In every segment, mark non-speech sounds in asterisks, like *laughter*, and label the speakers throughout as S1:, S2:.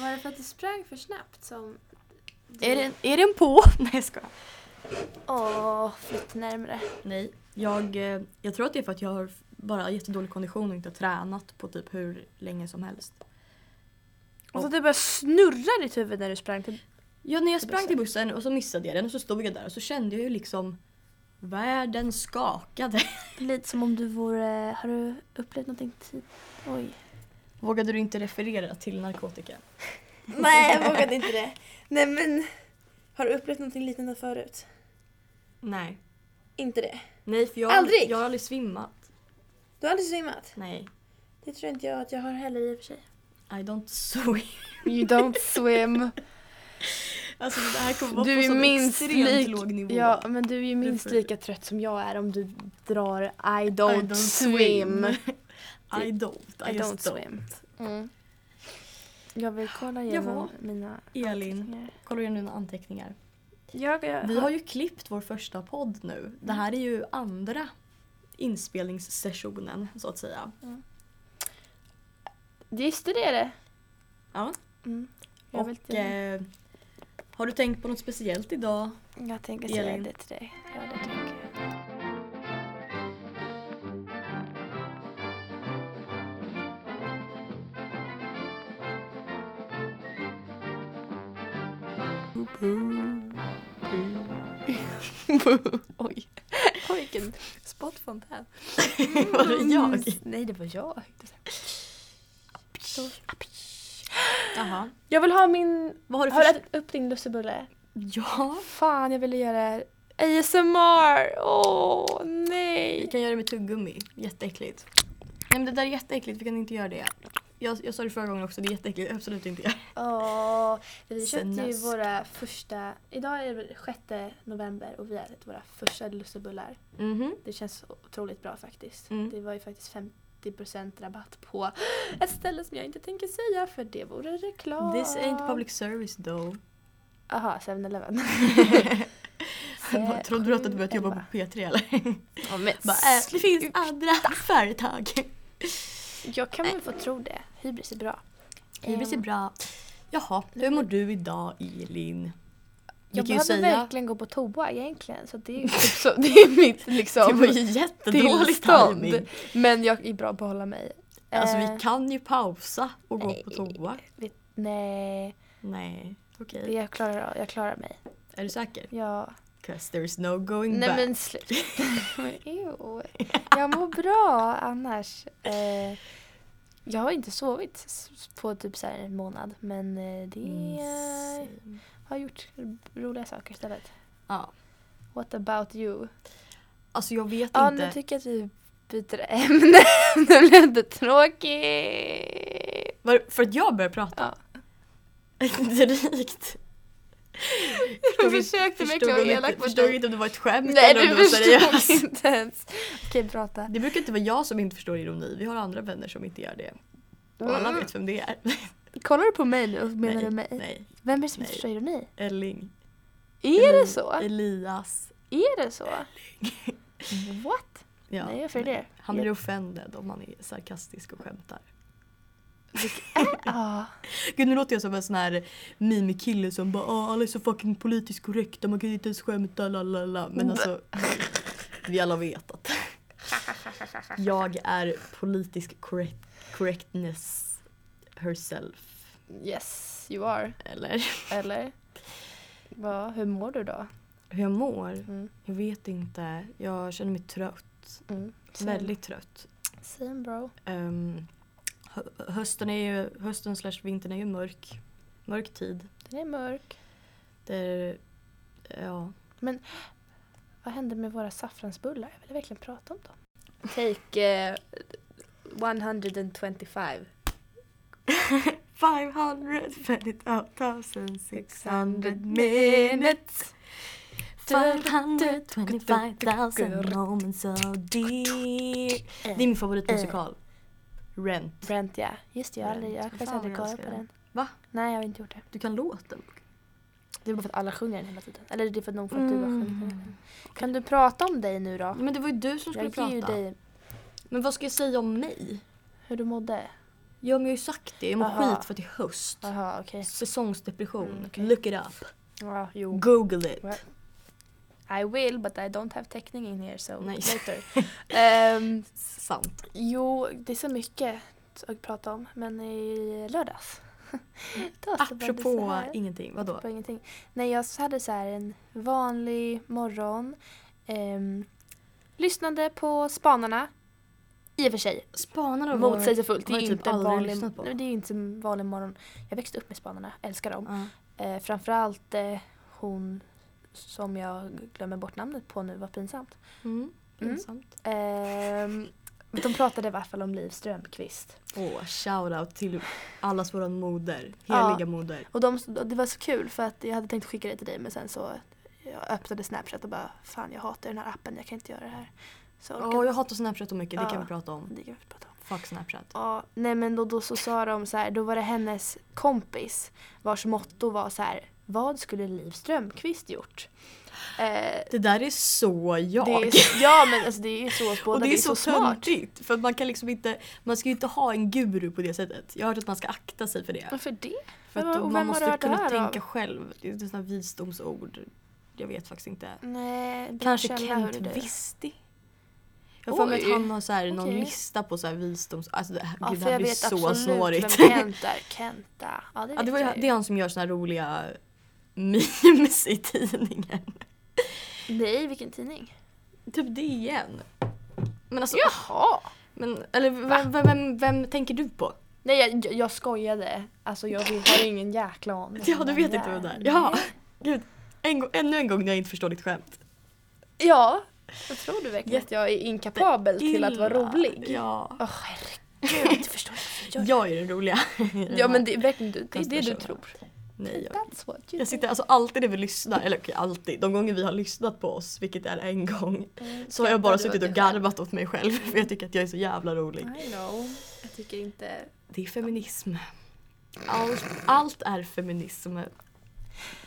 S1: Var det för att du sprang för snabbt som... du-
S2: Är, den, är den på? *laughs* Nej jag skojar.
S1: Åh, flytt närmre.
S2: Nej, jag, eh, jag tror att det är för att jag har bara jättedålig kondition och inte har tränat på typ hur länge som helst.
S1: Och så att det började snurra ditt huvud när du sprang Typ till...
S2: Ja, när jag
S1: Till
S2: sprang
S1: bussen.
S2: till bussen och så missade jag den och så stod jag där och så kände jag ju liksom världen skakade. *laughs*
S1: Lite som om du vore... Har du upplevt någonting tid? Oj.
S2: Vågade du inte referera till narkotika?
S3: Nej,
S1: *laughs*
S3: jag vågade inte det. Nej men, har du upplevt någonting liknande förut?
S2: Nej.
S3: Inte det?
S2: Nej, för jag,
S3: Aldrig?
S2: jag har aldrig svimmat.
S3: Du har aldrig svimmat?
S2: Nej.
S3: Det tror inte jag att jag har heller i och för sig.
S2: I don't swim. *laughs*
S1: You don't
S3: *laughs*
S1: swim.
S2: Alltså det här kommer vara
S1: Du
S2: på
S1: är
S2: sån
S1: minst
S2: extremt
S1: lik-
S2: låg nivå.
S1: Ja, men du är ju minst
S2: Därför-
S1: lika trött som jag är om du drar I don't,
S2: I don't
S1: swim.
S2: swim. *laughs* I don't. I,
S1: I
S2: just
S1: don't
S2: don't.
S1: swim. Jag vill kolla igenom
S2: igenom Jaha.
S1: mina
S2: Elin, kollar du dina anteckningar?
S1: Jag,
S2: Vi har ju klippt vår första podd nu. Det här är ju andra inspelningssessionen så att säga.
S1: Just det, det är det.
S2: Ja.
S1: Mm. Jag, vill
S2: Och
S1: inte-
S2: eh, har du tänkt på något speciellt idag?
S1: jag tänker säga
S2: Elin.
S1: det till dig. Ja, det tänker jag. *laughs*
S2: *laughs*
S1: Oj. Oj, vilken *laughs* spottfontän.
S2: Var det jag?
S1: Mm. Nej, det var jag.
S2: Jaha.
S1: Jag vill ha min...
S2: Vad har du
S1: Har
S2: för...
S1: du ätit upp din lussebulle?
S2: Ja,
S1: Fan, jag ville göra ASMR! Åh,
S2: vi
S1: nej!
S2: kan göra det med tuggummi. Jätteäckligt. Nej men det där är jätteäckligt, vi kan inte göra det. Jag, jag sa det förra gången också, det är jätteäckligt. Absolut inte.
S1: Åh, vi köpte ju
S2: Senast.
S1: våra första... Idag är det 6 november och vi har ätit våra första lussebullar.
S2: Mhm.
S1: Det känns så otroligt bra faktiskt.
S2: Mm.
S1: Det var ju faktiskt 50% rabatt på ett ställe som jag inte tänker säga för det vore reklam.
S2: This ain't public service *laughs* though.
S1: Aha,
S2: *laughs*
S1: 7-Eleven.
S2: Vad, Trodde du att du börjat jobba
S1: Eh,
S2: på P3 eller?
S1: Ja, men
S2: Bara, äh, det finns andra *laughs* företag.
S1: Jag kan väl få tro det. Hybris är bra.
S2: Hybris är
S1: Ehm,
S2: bra. Jaha, hur mår du idag Elin? Vi
S1: Jag
S2: kan ju
S1: behöver
S2: säga-
S1: verkligen gå på toa egentligen. Så det är, typ så, *laughs* det är mitt
S2: Det var
S1: *laughs* liksom,
S2: ju jättedålig
S1: tillstånd.
S2: timing.
S1: Men jag är bra på att behålla mig.
S2: Alltså
S1: Eh,
S2: vi kan ju pausa och gå på
S1: nej.
S2: toa.
S1: vet- Nej,
S2: Nej, okej.
S1: det- jag klarar, av- jag klarar mig.
S2: Är du säker?
S1: Jag...
S2: 'Cause there's no going
S1: Nej
S2: back.
S1: men sluta. *laughs* Men ew. *laughs* Jag mår bra annars. Eh, jag har inte sovit s- på typ så här en månad men eh, det
S2: Mm, same.
S1: har gjort roliga saker istället.
S2: Ja.
S1: What about you?
S2: Alltså jag vet
S1: Ja, nu
S2: inte.
S1: tycker jag att vi byter ämne. *laughs* Nu blev det tråkigt.
S2: Var, för att jag börjar prata? *laughs* Drygt.
S1: Jag
S2: Förstod inte-
S1: försökte
S2: Förstod
S1: verkligen vara
S2: hon
S1: elak
S2: inte,
S1: mot
S2: förstod
S1: dig.
S2: inte om det var ett skämt
S1: Nej,
S2: eller om
S1: du
S2: det var
S1: *laughs*
S2: seriöst.
S1: förstod inte ens. Okej, prata.
S2: Det brukar inte vara jag som inte förstår ironi. Vi har andra vänner som inte gör det. Och alla
S1: Mm.
S2: vet vem det är. *laughs*
S1: Kollar du på mig nu och menar
S2: nej,
S1: du mig?
S2: Nej.
S1: Vem är det som inte
S2: Nej.
S1: förstår ironi?
S2: Elling.
S1: Är
S2: Eli-
S1: det så?
S2: Elias.
S1: Är det *laughs* så? What?
S2: Ja.
S1: Nej, varför är det?
S2: Han blir offended om man är sarkastisk och skämtar.
S1: Ja.
S2: Gud nu låter jag som en sån här mimikille som bara "Ah, alla är så fucking politiskt korrekta, man kan inte ens skämta lalala. Men alltså, vi alla vet att jag är politisk correct, correctness herself.
S1: Yes, you are.
S2: Eller
S1: Eller? Va, hur mår du då?
S2: hur jag mår?
S1: Mm.
S2: Jag vet inte. Jag känner mig trött.
S1: Mm.
S2: Väldigt trött.
S1: Same bro.
S2: Ehm, hö- hösten är ju, hösten slash vintern är ju mörk. Mörk tid.
S1: Den är mörk.
S2: Det är, ja.
S1: Vad hände med våra saffransbullar? Jag ville verkligen prata om dem. Take uh, 125.
S2: 525,600 minutes 525,000 moments of dear Det är min favoritmusikal. Eh.
S1: Eh.
S2: Rent.
S1: Brent ja. Just det, jag har aldrig, jag
S2: Brent.
S1: har faktiskt
S2: Fan,
S1: aldrig
S2: jag
S1: kollat på
S2: älskar
S1: den.
S2: den. Va?
S1: Nej, jag har inte gjort det.
S2: Du kan låten.
S1: Det är bara för att alla sjunger den hela tiden. Eller det är för att någon för att du har
S2: Mm.
S1: sjungit den. Kan du prata om dig nu då?
S2: Men det var ju du som skulle
S1: Jag ger ju
S2: prata.
S1: dig
S2: Men vad ska jag säga om mig?
S1: hur du mådde.
S2: Ja men jag har ju sagt det, jag mår
S1: Aha.
S2: skit för att det är höst.
S1: Jaha, okej.
S2: Säsongsdepression.
S1: Mm, okej.
S2: Look it up.
S1: Ja, jo.
S2: Google it.
S1: Well, I will but I don't have täckning in here so
S2: Nej.
S1: later.
S2: *laughs*
S1: Ehm,
S2: Sant.
S1: jo, det är så mycket att prata om men i
S2: *laughs*
S1: lördags. då så var det så
S2: Apropå
S1: här.
S2: ingenting, vadå?
S1: på ingenting. Nej, jag hade så här en vanlig morgon. ehm, lyssnade på Spanarna. I och för sig,
S2: Spanarna har varit-
S1: motsägelsefullt. Det är
S2: har
S1: ju
S2: jag typ
S1: inte en
S2: aldrig
S1: vanlig,
S2: lyssnat på.
S1: nej, det är ju inte en vanlig morgon. Jag växte upp med Spanarna, älskar dem.
S2: Ja.
S1: Eh, framförallt eh, hon som jag glömmer bort namnet på nu, vad pinsamt.
S2: Mm.
S1: Mm.
S2: Pinsamt.
S1: Ehm, de pratade i alla fall om Liv Strömquist.
S2: Åh, shoutout till allas våran moder. Heliga
S1: Ja.
S2: moder.
S1: Och de, och det var så kul för att jag hade tänkt skicka det till dig men sen så jag öppnade Snapchat och bara fan jag hatar den här appen, jag kan inte göra det här. Så jag
S2: Åh,
S1: orkade
S2: jag hatar Snapchat så mycket, det
S1: Ja.
S2: kan vi prata om.
S1: inte, det kan vi inte prata om.
S2: Fuck Snapchat.
S1: Ja, nej men då, då så sa de så här, då var det hennes kompis vars motto var så här, vad skulle Liv Strömquist gjort? Eh,
S2: Det där är så jag.
S1: det är,
S2: *laughs*
S1: ja men alltså det är ju så oss båda,
S2: och det är, så,
S1: smart.
S2: töntigt för att man kan liksom inte, man ska ju inte ha en guru på det sättet. Jag har hört att man ska akta sig för det.
S1: Varför det?
S2: För att
S1: Men vad- och
S2: man
S1: vem har du
S2: måste
S1: hört det
S2: kunna
S1: här
S2: tänka
S1: av?
S2: själv. Det är sådana visdomsord. Jag vet faktiskt inte.
S1: Nej, det
S2: Kanske
S1: källa,
S2: Kent
S1: hörru du.
S2: Visti? Jag har för mig att
S1: Oj.
S2: han har så här, någon
S1: Okej.
S2: lista på så här visdoms... Alltså det, här-
S1: Ja,
S2: gud, det
S1: för
S2: här
S1: jag
S2: blir
S1: vet
S2: så
S1: absolut
S2: snårigt.
S1: vem Kent
S2: *laughs*
S1: är. Kenta. Ja, det,
S2: ja, det, var ju,
S1: vet jag
S2: det är
S1: ju.
S2: han som gör såna här roliga memes i tidningen.
S1: Nej, vilken tidning?
S2: Typ DN. Men alltså,
S1: Jaha!
S2: men, eller vem, vem, vem, vem tänker du på?
S1: Nej, jag, jag- jag skojade. Alltså jag vet- har ingen jäkla aning.
S2: Ja, du
S1: vem
S2: vet
S1: det
S2: inte vem det är.
S1: är.
S2: Ja, gud. En, gång- ännu en gång när jag inte förstår ditt skämt.
S1: Ja, jag tror du verkligen att jag är inkapabel till att vara
S2: Illa.
S1: rolig?
S2: Ja.
S1: Åh herregud, du förstår inte vad jag
S2: *laughs* Jag är den roliga. i
S1: *laughs* Ja
S2: den här
S1: men det är verkligen du, det är det du
S2: konspirationen.
S1: tror.
S2: Nej, jag
S1: That's what you
S2: Jag sitter alltså alltid när vi lyssnar, eller okej alltid, de gånger vi har lyssnat på oss, vilket är en gång,
S1: think.
S2: så har jag bara
S1: Skrattar du
S2: suttit
S1: åt
S2: och
S1: dig själv?
S2: garvat åt mig själv för jag tycker att jag är så jävla rolig.
S1: I know. Jag tycker inte...
S2: Det är feminism. Allt, allt är feminism.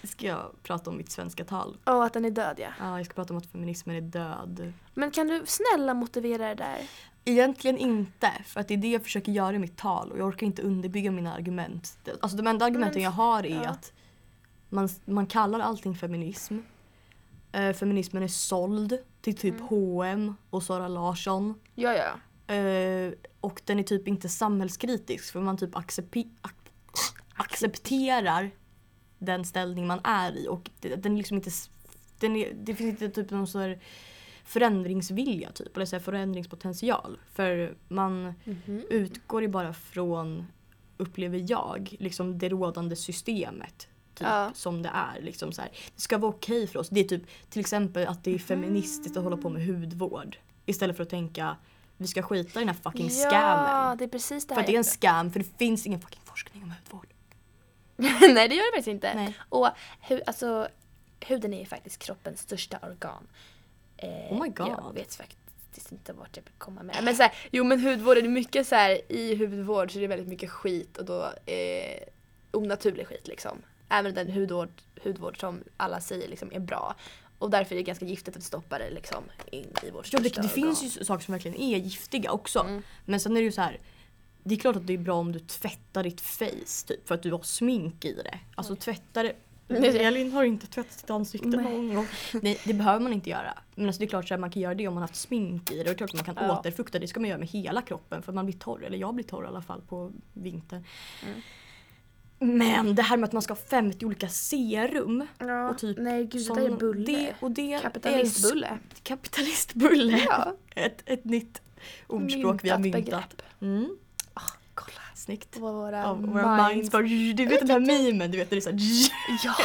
S2: Ska jag prata om mitt svenska tal?
S1: Åh, att den är död ja.
S2: Ja, jag ska prata om att feminismen är död.
S1: Men kan du snälla motivera det där?
S2: Egentligen inte, för att det är det jag försöker göra i mitt tal och jag orkar inte underbygga mina argument. Det- Alltså de enda argumenten
S1: Men-
S2: jag har är
S1: ja.
S2: att man, man kallar allting feminism. Eh, feminismen är såld till typ
S1: Mm.
S2: H&M och Sara Larsson.
S1: Ja, ja.
S2: Eh, och den är typ inte samhällskritisk för man typ accepi- ac- accepterar den ställning man är i och det- den är liksom inte s- den är, det finns inte typ någon sån här förändringsvilja typ eller så här förändringspotential för man utgår ju bara från upplever jag liksom det rådande systemet typ,
S1: Ja.
S2: som det är liksom så här. Det ska vara okej för oss. Det är typ till exempel att det är feministiskt att hålla på med hudvård istället för att tänka vi ska skita i den här fucking
S1: Ja,
S2: scammen.
S1: det är precis det
S2: För
S1: här.
S2: att det är en scam för det finns ingen fucking forskning om hudvård.
S1: *laughs* Nej, det gör det faktiskt inte.
S2: Nej.
S1: Och hu- alltså, huden är ju faktiskt kroppens största organ. Eh,
S2: Oh my god.
S1: Jag vet faktiskt inte vart jag vill komma med. Men så här, jo men hudvård, är det mycket så här, i hudvård så är det väldigt mycket skit och då eh, onaturlig skit liksom. Även den hudvård, hudvård som alla säger liksom är bra. Och därför är det ganska giftigt att stoppa det liksom in i vårt
S2: Ja, det,
S1: största
S2: det finns
S1: organ.
S2: ju saker som verkligen är giftiga också.
S1: Mm.
S2: Men sen är det ju så här. Det är klart att det är bra om du tvättar ditt face typ för att du har smink i det. Alltså tvätta det.
S1: *laughs* Nej.
S2: Elin har inte tvättat sitt ansikte
S1: Nej.
S2: någon gång. Nej det behöver man inte göra. Men alltså det är klart att man kan göra det om man har haft smink i det. Och det är klart att man kan
S1: Ja.
S2: återfukta. Det ska man göra med hela kroppen för man blir torr. Eller jag blir torr i alla fall på vintern.
S1: Mm.
S2: Men det här med att man ska ha 50 olika serum.
S1: Ja.
S2: och typ
S1: Nej gud, det
S2: sån-
S1: där är bulle.
S2: Det, och det är-
S1: Kapitalistbulle.
S2: Kapitalistbulle.
S1: Ja.
S2: *laughs*
S1: *laughs*
S2: Ett, ett nytt ordspråk vi har
S1: Myntat
S2: myntat.
S1: begrepp.
S2: Mm.
S1: Ah, Kolla.
S2: Snyggt.
S1: Våra
S2: Av våra minds. bara, Du vet den här memen, du vet när det är såhär
S1: *laughs*
S2: *laughs*
S1: Ja!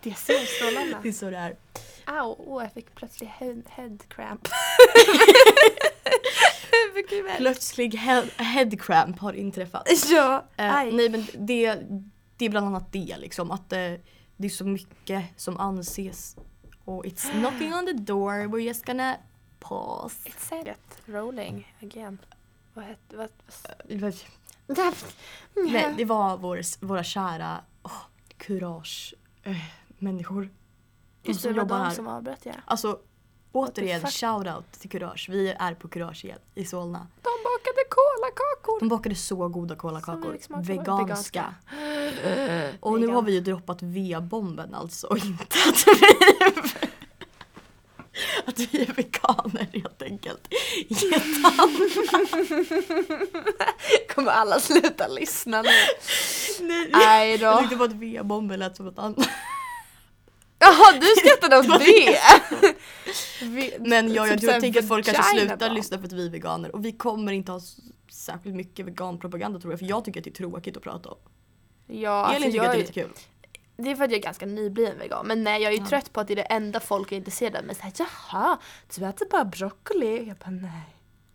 S1: Det är solstrålarna.
S2: Det är så det är.
S1: Au, åh, jag fick plötsligt head, head *laughs* cramp. Fick ju väl-
S2: Plötslig head, headcramp har inträffat.
S1: ja,
S2: Eh,
S1: aj.
S2: nej men det, det är bland annat det liksom att eh, det är så mycket som anses och it's knocking on the door, we're just gonna pause.
S1: It said it. Rolling again. Vad hette... Vad,
S2: Nej, det var vår, våra kära eh, oh, courage-människor.
S1: Just det, det var de som avbröt ja.
S2: Alltså
S1: What the
S2: återigen
S1: fuck?
S2: shoutout till Courage. Vi är på Courage igen i Solna.
S1: De bakade kolakakor.
S2: De bakade så goda kolakakor.
S1: Som smakar-
S2: Veganska.
S1: veganska.
S2: Och nu
S1: Vegan.
S2: har vi ju droppat V-bomben alltså *laughs* och inte att vi är, *laughs* att vi är veganer helt enkelt.
S1: Kommer alla sluta lyssna nu?
S2: Nej,
S1: Nej
S2: Jag
S1: då.
S2: tyckte bara att V-bomben lät som ett annat.
S1: Jaha du
S2: *laughs*
S1: skrattade åt det! Vi-
S2: Men jag, jag
S1: typ
S2: tror,
S1: såhär
S2: tänker att folk kanske
S1: vagina
S2: slutar
S1: bara.
S2: lyssna för att vi är veganer. Och vi kommer inte ha s- särskilt mycket veganpropaganda tror jag. För jag tycker att det är tråkigt att prata om.
S1: Ja,
S2: Elin
S1: alltså,
S2: tycker
S1: jag,
S2: att
S1: är-
S2: det är lite kul.
S1: det är för att jag är ganska nybliven vegan. Men nej jag är ju
S2: Ja.
S1: trött på att det är det enda folk är intresserade av. Men såhär jaha, du äter bara broccoli. Jag bara nej.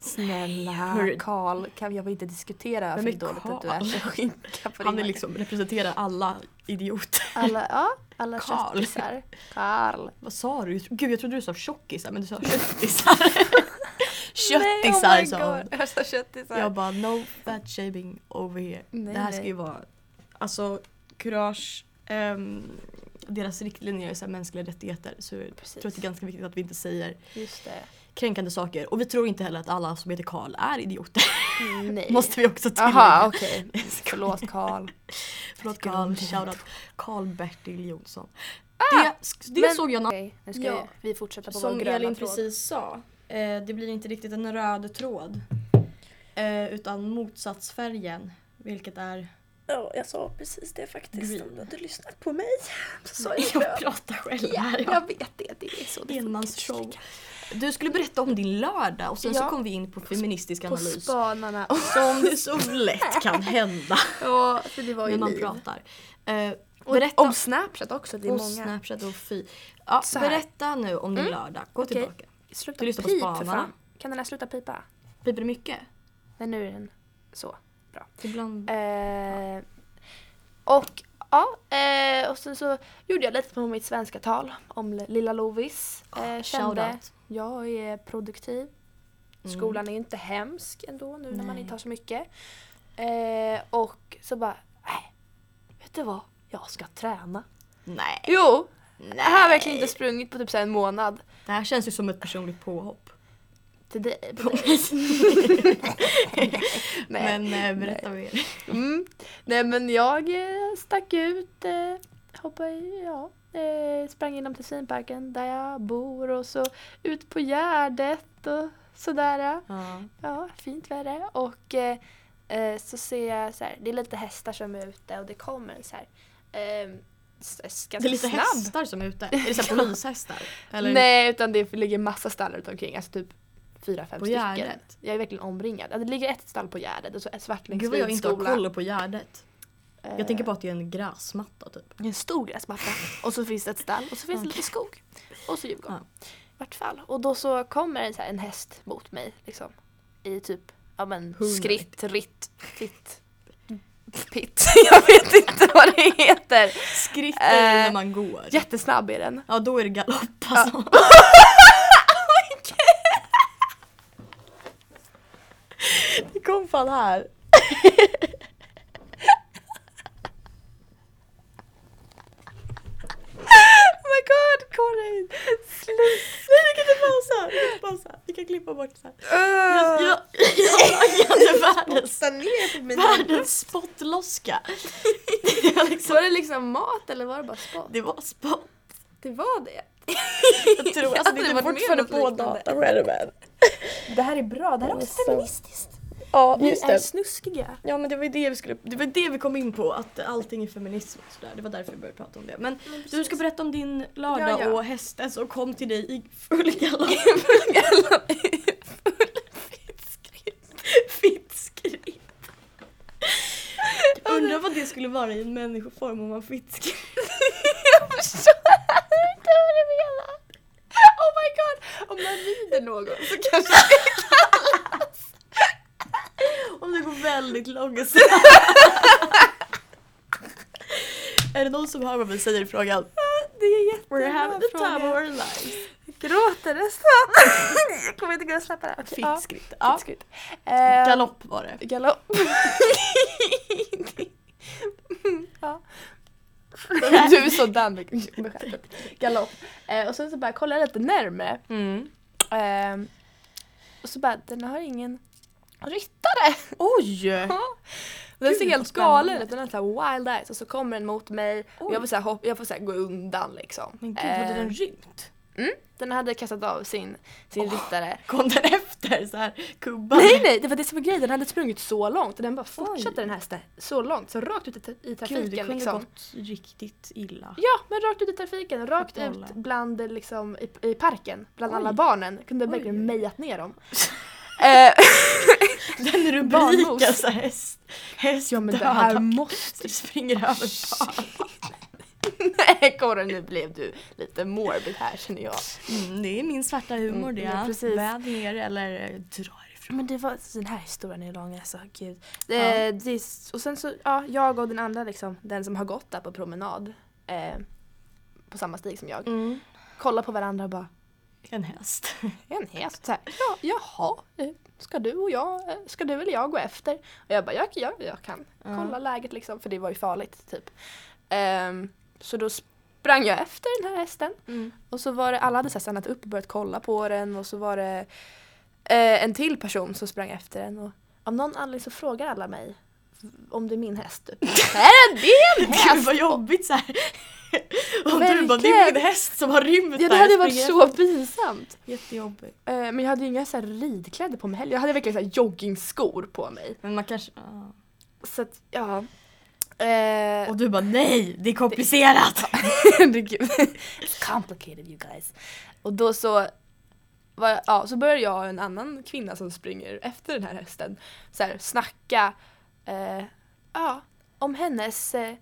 S1: Snälla
S2: hörru.
S1: Karl, kan jag vill inte diskutera för
S2: Men
S1: det är
S2: men
S1: dåligt att du
S2: Karl.
S1: äter skinka på din
S2: *laughs* Han är
S1: macka.
S2: liksom, representerar alla idioter.
S1: Alla, ja, alla
S2: Karl.
S1: köttisar. Karl.
S2: *laughs* Vad sa du? Gud jag trodde du sa tjockisar men
S1: *laughs*
S2: du sa köttisar. köttisar
S1: Nej,
S2: sa hon.
S1: oh *laughs* Jag sa köttisar.
S2: Jag bara no fat shaming over here.
S1: Nej,
S2: det här
S1: nej.
S2: ska ju vara, alltså kurage, ehm, deras riktlinjer är så här mänskliga rättigheter så jag
S1: Precis.
S2: tror att det är ganska viktigt att vi inte säger
S1: Just det.
S2: kränkande saker. Och vi tror inte heller att alla som heter Karl är idioter.
S1: Mm, Nej.
S2: *laughs* Måste vi också tillägga.
S1: Jaha okej.
S2: *laughs*
S1: Förlåt Karl.
S2: Förlåt
S1: tycker
S2: Karl,
S1: om det.
S2: shoutout. Karl-Bertil Jonsson. det det
S1: Ah, men-
S2: såg jag någon
S1: Okej, nu ska
S2: Ja.
S1: vi, vi fortsätta på vår
S2: Som
S1: gröna
S2: Elin
S1: tråd.
S2: precis sa, eh, det blir inte riktigt en röd tråd. Eh, utan motsatsfärgen, vilket är...
S3: Ja, jag sa precis det faktiskt.
S2: Green.
S3: Om du hade lyssnat på mig *laughs* så sa jag
S2: *laughs* Jag
S3: det.
S2: pratar själv
S1: Ja,
S2: här.
S1: jag vet det. Det är så.
S2: Det är
S1: får
S2: en
S1: man
S2: mans
S1: inte
S2: show.
S1: slicka.
S2: Du skulle berätta om din lördag och sen så
S1: Ja.
S2: kom vi in på feministisk
S1: På
S2: analys.
S1: spanarna.
S2: Som det så lätt kan hända
S1: Ja, för det var ju
S2: när man
S1: liv.
S2: pratar. Eh,
S1: Och,
S2: berätta
S1: om Snapchat också, det är
S2: och
S1: många.
S2: Snapchat och fy. Ja,
S1: Så här.
S2: berätta nu om din
S1: Mm.
S2: lördag. Gå
S1: Okej.
S2: tillbaka.
S1: Sluta
S2: Du lyssnar på
S1: pip för
S2: spanarna.
S1: fan. Kan den här sluta pipa?
S2: Piper det mycket?
S1: Nej nu är den så.
S2: Ibland...
S1: Eh, och ja, eh, och sen så gjorde jag lite på mitt svenska tal om L- lilla Lovis. Eh, kände
S2: Shoutout.
S1: jag är produktiv.
S2: Mm.
S1: Skolan är ju inte hemsk ändå nu när man
S2: Nej.
S1: inte har så mycket. Eh, och så bara, nej, vet du vad? Jag ska träna.
S2: Nej.
S1: Jo,
S2: Nej.
S1: jag har verkligen inte sprungit på typ så här en månad.
S2: Det här känns ju som ett personligt påhopp.
S1: Till dig. *laughs* Nej.
S2: Men eh, berätta mer.
S1: Mm. Nej men jag eh, stack ut, eh, hoppade, i- ja, eh, sprang inom Tessinparken där jag bor och så ut på Gärdet och sådär.
S2: Ja.
S1: Ja, fint väder. Och eh, eh, så ser jag så här, det är lite hästar som är ute och det kommer en så här, eh, s- s-
S2: Det är
S1: ganska
S2: lite
S1: snabb.
S2: hästar som är ute. Är det så här polishästar? Eller?
S1: Nej utan det ligger massa stallar runt omkring, alltså typ fyra, fem
S2: På
S1: stycken.
S2: Gärdet?
S1: Jag är verkligen omringad. Ja, det ligger ett stall på Gärdet och så ett Eh,
S2: Gud vad jag inte har
S1: svartlingslidskola.
S2: koll på Gärdet. Jag tänker bara att det är en gräsmatta typ.
S1: en stor gräsmatta och så finns det ett stall och så finns det
S2: Okej.
S1: lite skog. Och så Djurgården. I vart fall. Och då så kommer en, så här, en häst mot mig liksom. I typ, ja men
S2: Hundra.
S1: skritt, ritt, titt, *laughs* pitt. *laughs* Jag vet inte vad det heter.
S2: Skrittar
S1: Eh,
S2: är när man går.
S1: Jättesnabb *laughs* är den.
S2: Ja då är det galopp alltså. *laughs*
S1: Oh
S2: det kom fan här.
S1: Oh my god, Karin! Sluta!
S2: Nej vi kan inte pausa. Vi kan inte pausa. Vi kan klippa bort det här.
S1: Ah. Eh.
S2: Jag, jag, jag hade världens,
S3: Stanna ner på mina...
S2: världens spottloska. *laughs* Det var liksom-
S1: Var det liksom mat eller var det bara spott?
S2: Det var spott.
S1: Det var det.
S2: Jag tror
S1: Jag
S2: alltså det
S1: hade
S2: är
S1: varit med
S2: fortfarande
S1: om något
S2: på
S1: liknande.
S2: datorskärmen.
S1: Det här är bra, det här är också feministiskt.
S2: Ja
S1: Vi
S2: just
S1: är
S2: det.
S1: snuskiga.
S2: Ja men det var ju det vi skulle, det var det vi kom in på att allting är feminism och sådär. Det var därför vi började prata om det. Men du ska berätta om din lördag
S1: Ja, ja.
S2: och hästen som kom till dig i *laughs* full galopp. Fittskritt. Undrar vad det skulle vara i en människoform om man fittskritt.
S1: *laughs* Jag förstår inte vad du menar. Oh my god, om man rider någon så
S2: *laughs*
S1: kanske
S2: Om det går väldigt långsamt. *laughs* är det någon som hör vad vi säger i frågan?
S1: det är
S2: We're
S1: jättebra
S2: having the time of
S1: fråga.
S2: our lives.
S1: Gråter nästan. Jag kommer inte kunna släppa det här. Okej, ja.
S2: Fittskritt. Ja.
S1: Fittskritt. Eh,
S2: Galopp var
S1: *laughs*
S2: det.
S1: Galopp. ja. *laughs* Du är sådan med med skämtet. Galopp. Eh, och sen så bara kollar jag lite närmre.
S2: Mm.
S1: Ehm, och så bara, den har ingen ryttare!
S3: Oj!
S1: Den
S3: Gud,
S1: ser helt
S3: vad spännande.
S1: galen ut, den har såhär wild eyes och så kommer den mot mig och
S3: Oj.
S1: jag får, såhär, hopp, jag får såhär gå undan liksom.
S2: Men gud, hade
S1: Eh,
S2: den rymt?
S1: den hade kastat av sin, sin ryttare.
S2: *laughs* Kom den efter så här kubban?
S1: Nej nej, det var det som var grejen, den hade sprungit så långt och den bara fortsatte
S2: Oj.
S1: den här stä- så långt, så rakt ut i, tra- i trafiken
S2: Gud, det kunde
S1: liksom.
S2: gått riktigt illa.
S1: Ja, men rakt ut i trafiken, rakt
S2: Åt alla.
S1: ut bland, eh, liksom, i, i parken, bland
S2: Oj.
S1: alla barnen. Kunde
S2: Oj,
S1: verkligen
S2: oj.
S1: mejat ner
S2: *laughs*
S1: dem. eh,
S2: *laughs* Den
S1: Barnmos.
S2: rubriken så här, häst,
S1: *laughs*
S2: häst
S1: ja men det
S2: dödad.
S1: här måste...
S2: *laughs* Det springer över barn.
S1: Nej Korre, nu blev du lite morbid här känner jag.
S2: Mm, det är min svarta humor
S1: Mm,
S2: det.
S1: ja, precis.
S2: Väd ner eller eh, dra ifrån.
S1: Men det var, alltså den här historien är lång alltså, gud. Det, det, är- och sen så, ja, jag och den andra liksom, den som har gått där på promenad, eh, på samma stig som jag, kollar på varandra och bara
S2: En häst.
S1: en häst. Så här, ja, jaha, eh, ska du, och jag, eh, ska du eller jag gå efter? Och jag bara, jag, jag, jag kan kolla läget liksom, för det var ju farligt typ. Ehm, så då sprang jag efter den här hästen
S2: Mm.
S1: och så var det, alla hade så här stannat upp och börjat kolla på den och så var det eh, en till person som sprang efter den och av någon anledning så frågar alla mig om det är min häst typ. Är det din
S2: *laughs* *laughs* Gud
S1: häst?
S2: vad jobbigt såhär. *laughs* Och du
S1: Verkligen.
S2: bara, det är min häst som har rymt
S1: Ja det
S2: där,
S1: hade varit
S2: springer
S1: så pinsamt.
S2: efter." Jättejobbigt.
S1: Eh, men jag hade ju inga så här ridkläder på mig heller. Jag hade verkligen så här joggingskor på mig.
S2: Men man kanske... ah.
S1: Så att, ja. Eh,
S2: Och du bara, nej det är komplicerat. *laughs*
S1: Herregud. It's complicated you guys. Och då så, var, ja, så började jag och en annan kvinna som springer efter den här hästen så här, snacka eh, ja, om hennes eh,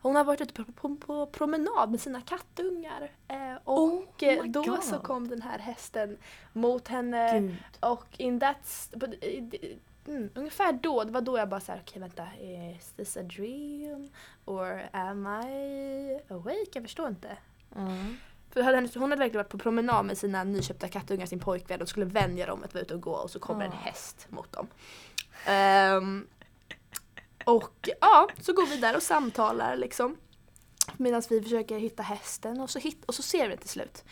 S1: hon har varit ute på, på, på promenad med sina kattungar eh, och
S2: Oh
S1: eh,
S2: my
S1: då
S2: God.
S1: så kom den här hästen mot henne
S2: Gud.
S1: och in that... st- but- i- i- Mm, ungefär då, det var då jag bara såhär, okej vänta, is this a dream? Or am I awake? Jag förstår inte.
S2: Mm.
S1: För hade hennes- hon hade verkligen varit på promenad med sina nyköpta kattungar, sin pojkvän och skulle vänja dem att vara ute och gå och så kommer
S2: Ja.
S1: en häst mot dem. Ehm, och ja, så går vi där och samtalar liksom. Medan vi försöker hitta hästen och så, hit, och så ser vi den till slut.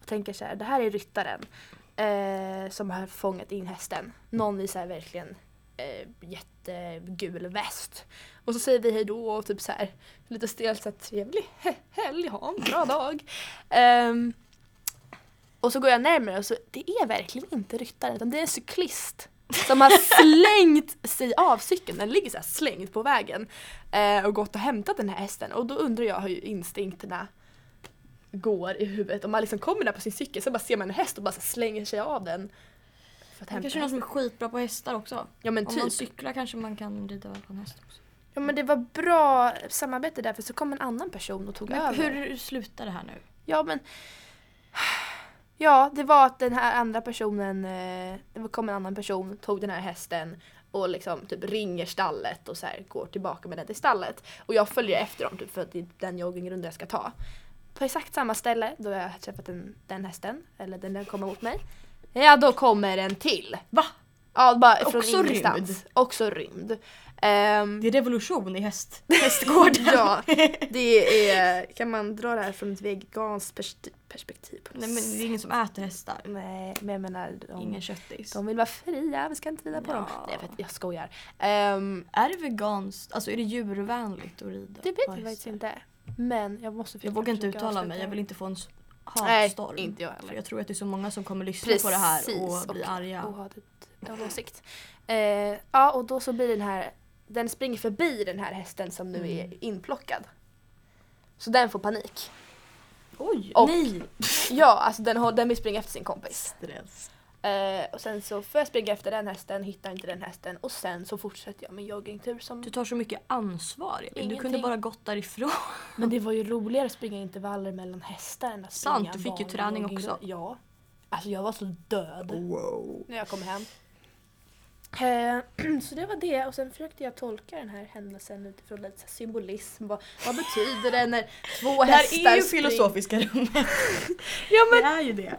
S1: Och tänker så här, det här är ryttaren eh, som har fångat in hästen. Någon i så här verkligen eh, jättegul väst. Och så säger vi hej då och typ så här lite stelt så här, trevlig he- helg, ha en bra dag. Ehm, och så går jag närmare och så det är verkligen inte ryttaren utan det är en cyklist som *laughs* har slängt sig av cykeln, den ligger så här slängd på vägen eh, och gått och hämtat den här hästen och då undrar jag hur instinkterna går i huvudet. Om man liksom kommer där på sin cykel så bara ser man en häst och bara så här slänger sig av den. För att
S2: Det
S1: hämta
S2: kanske är någon som
S1: hästen.
S2: är skitbra på hästar också.
S1: Ja men
S2: Om man
S1: typ.
S2: cyklar kanske man kan rida på en häst också.
S1: Ja men det var bra samarbete där för så kom en annan person och tog över.
S2: Men hur slutar det här nu?
S1: Ja men... *sighs* Ja, det var att den här andra personen, eh, det kom en annan person, tog den här hästen och liksom typ ringer stallet och så här går tillbaka med den till stallet. Och jag följer efter dem typ, för att det är den joggingrunda jag ska ta. På exakt samma ställe då jag har träffat den, den hästen, eller den den kommer mot mig. Ja, då kommer en till.
S2: Va?
S1: Ja, bara från
S2: Också rymd.
S1: ingenstans. Också rymd. Ehm,
S2: Det är revolution
S1: *laughs*
S2: i häst, hästgården.
S1: Ja, det
S2: *laughs*
S1: är... Kan man dra det här från ett veganskt pers- perspektiv? På något
S2: Nej men det är ingen som äter hästar.
S1: Nej, men jag menar de,
S2: Ingen köttis.
S1: de vill vara fria, vi ska inte rida på dem.
S2: Ja.
S1: Nej, jag, vet, jag skojar. Ehm,
S2: Är det veganskt, alltså är det djurvänligt att rida?
S1: det
S2: på
S1: vet jag
S2: hästar?
S1: faktiskt inte. Men jag måste
S2: Jag vågar inte uttala mig, jag vill inte få en s- hatstorm.
S1: Nej, inte jag
S2: För
S1: heller.
S2: jag tror att det är så många som kommer lyssna
S1: Precis.
S2: på det här och bli arga.
S1: Och ha ett, en åsikt. Eh, ja, och då så blir den här... Den springer förbi den här hästen som nu
S2: Mm.
S1: är inplockad. Så den får panik.
S2: Oj!
S1: Och-
S2: nej!
S1: Ja, alltså den, har- den vill springa efter sin kompis.
S2: Stress.
S1: Eh, och sen så får jag springa efter den hästen, hittar inte den hästen och sen så fortsätter jag min joggingtur som...
S2: Du tar så mycket ansvar Elin. Du kunde
S1: Ingenting.
S2: bara gått därifrån.
S1: Men det var ju roligare att springa intervaller mellan hästar än att
S2: Sant,
S1: springa
S2: du fick ju
S1: vanlig
S2: träning
S1: jogging-
S2: också. Oh.
S1: Ja. Alltså jag var så död
S2: Wow.
S1: när jag kom hem. Eh, *clears throat* Så det var det och sen försökte jag tolka den här händelsen utifrån lite så här symbolism. Vad, vad betyder det när två
S2: Det här
S1: hästar
S2: är ju
S1: spring-
S2: filosofiska rummet.
S1: Ja,
S2: Det
S1: men,
S2: är ju det.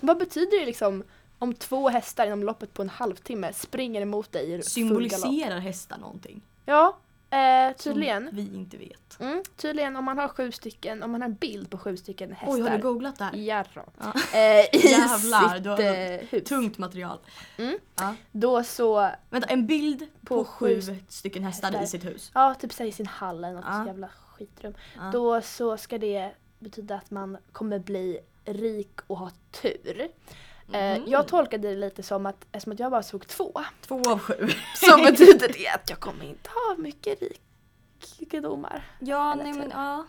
S1: vad betyder det liksom om två hästar inom loppet på en halvtimme springer emot dig i full galopp?
S2: Symboliserar hästar någonting?
S1: Ja, eh, Tydligen.
S2: Som vi inte vet.
S1: Mm, tydligen om man har sju stycken, om man har en bild på sju stycken hästar.
S2: Oj, har du googlat det här?
S1: Jarro.
S2: Ja.
S1: Eh, I
S2: Jävlar,
S1: sitt
S2: du har-
S1: eh, hus.
S2: Tungt material.
S1: Mm.
S2: Ja.
S1: Då så,
S2: Vänta, en bild
S1: På
S2: på, sju
S1: sju
S2: stycken hästar,
S1: hästar.
S2: i sitt hus.
S1: ja typ säg i sin hall eller något
S2: Ja.
S1: jävla skitrum.
S2: Ja.
S1: Då så ska det betyda att man kommer bli rik och ha tur. Eh,
S2: Mhm.
S1: Jag tolkade det lite som att, eftersom att jag bara såg två,
S2: Två av *laughs* sju.
S1: så betyder det att jag kommer inte ha mycket rikedomar.
S2: Ja,
S1: Eller
S2: nej men
S1: typ.
S2: ja.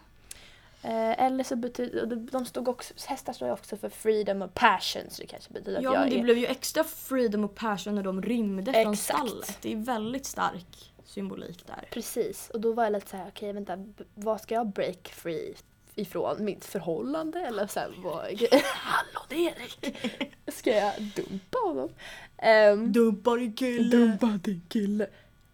S1: Eh, eller så betyder, och de- de stod också, hästar står ju också för freedom och passion så det kanske betyder
S2: Ja
S1: att jag
S2: men det
S1: är...
S2: blev ju extra freedom och passion när de rymde från
S1: Exakt.
S2: stallet. Det är väldigt stark symbolik där.
S1: Precis, och då var jag lite så här: okej vänta, b- vad ska jag break free ifrån? Mitt förhållande eller så här, vad... *laughs* Hallå det är Erik! *laughs* Ska jag dumpa honom? Um,
S2: Dumpa din kille!
S1: dumpa din kille!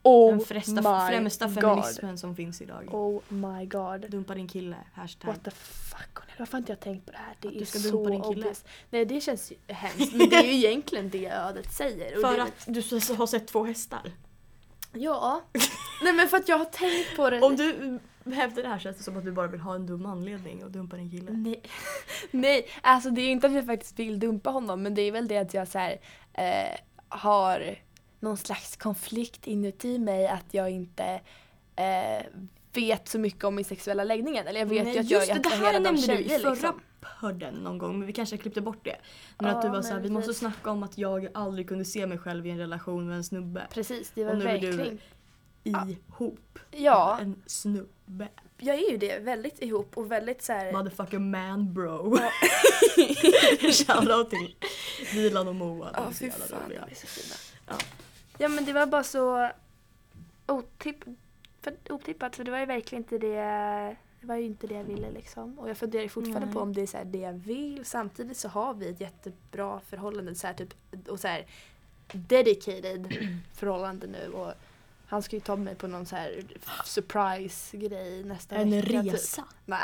S1: Oh
S2: Den frästa,
S1: my
S2: främsta
S1: god.
S2: feminismen som finns idag.
S1: Oh my god.
S2: Dumpa din kille, hashtag.
S1: What the fuck Cornelia, varför har inte jag tänkt på det här? Det
S2: Att
S1: är
S2: du ska
S1: så
S2: dumpa din kille.
S1: obvious. Nej det känns ju hemskt men det
S2: *laughs*
S1: är ju egentligen det ödet säger. och
S2: För
S1: det,
S2: att du så- så har sett två hästar.
S1: Ja. Nej men för att jag har tänkt på det.
S2: Om du hävdar det här känns det som att du bara vill ha en dum anledning och dumpa din kille.
S1: Nej. *laughs* Nej, alltså det är ju inte att jag faktiskt vill dumpa honom men det är väl det att jag så här, eh, har någon slags konflikt inuti mig att jag inte eh, vet så mycket om min sexuella läggning än. Eller jag vet
S2: Nej,
S1: ju att jag
S2: just
S1: är
S2: det, det
S1: attraherad
S2: här
S1: av
S2: nämnde du i
S1: tjejer
S2: förra
S1: liksom.
S2: podden någon gång men vi kanske klippte bort det. Men
S1: Ja,
S2: att du var
S1: men
S2: såhär, vi måste
S1: precis.
S2: snacka om att jag aldrig kunde se mig själv i en relation med en snubbe.
S1: Precis, det var
S2: Och nu är du- Mm.
S1: verkligen.
S2: Ihop.
S1: Ja,
S2: En snubbe.
S1: jag är ju det. Väldigt ihop och väldigt så här.
S2: Motherfucker man bro. *laughs* Shoutout till Dilan och Moa. De
S1: Ja,
S2: är så
S1: fy
S2: jävla
S1: fan, de
S2: roliga.
S1: är så fina.
S2: Ja.
S1: Ja men det var bara så otipp för, otippat för det var ju verkligen inte det det var ju inte det jag ville liksom. Och jag funderar fortfarande
S2: Nej.
S1: på om det är så här det jag vill. Samtidigt så har vi ett jättebra förhållande så här, typ, och så här
S2: *clears throat*
S1: dedicated förhållande nu. Och han ska ju ta mig på någon så här surprise grej nästa
S2: En
S1: vecka. typ.
S2: resa.
S1: Nja,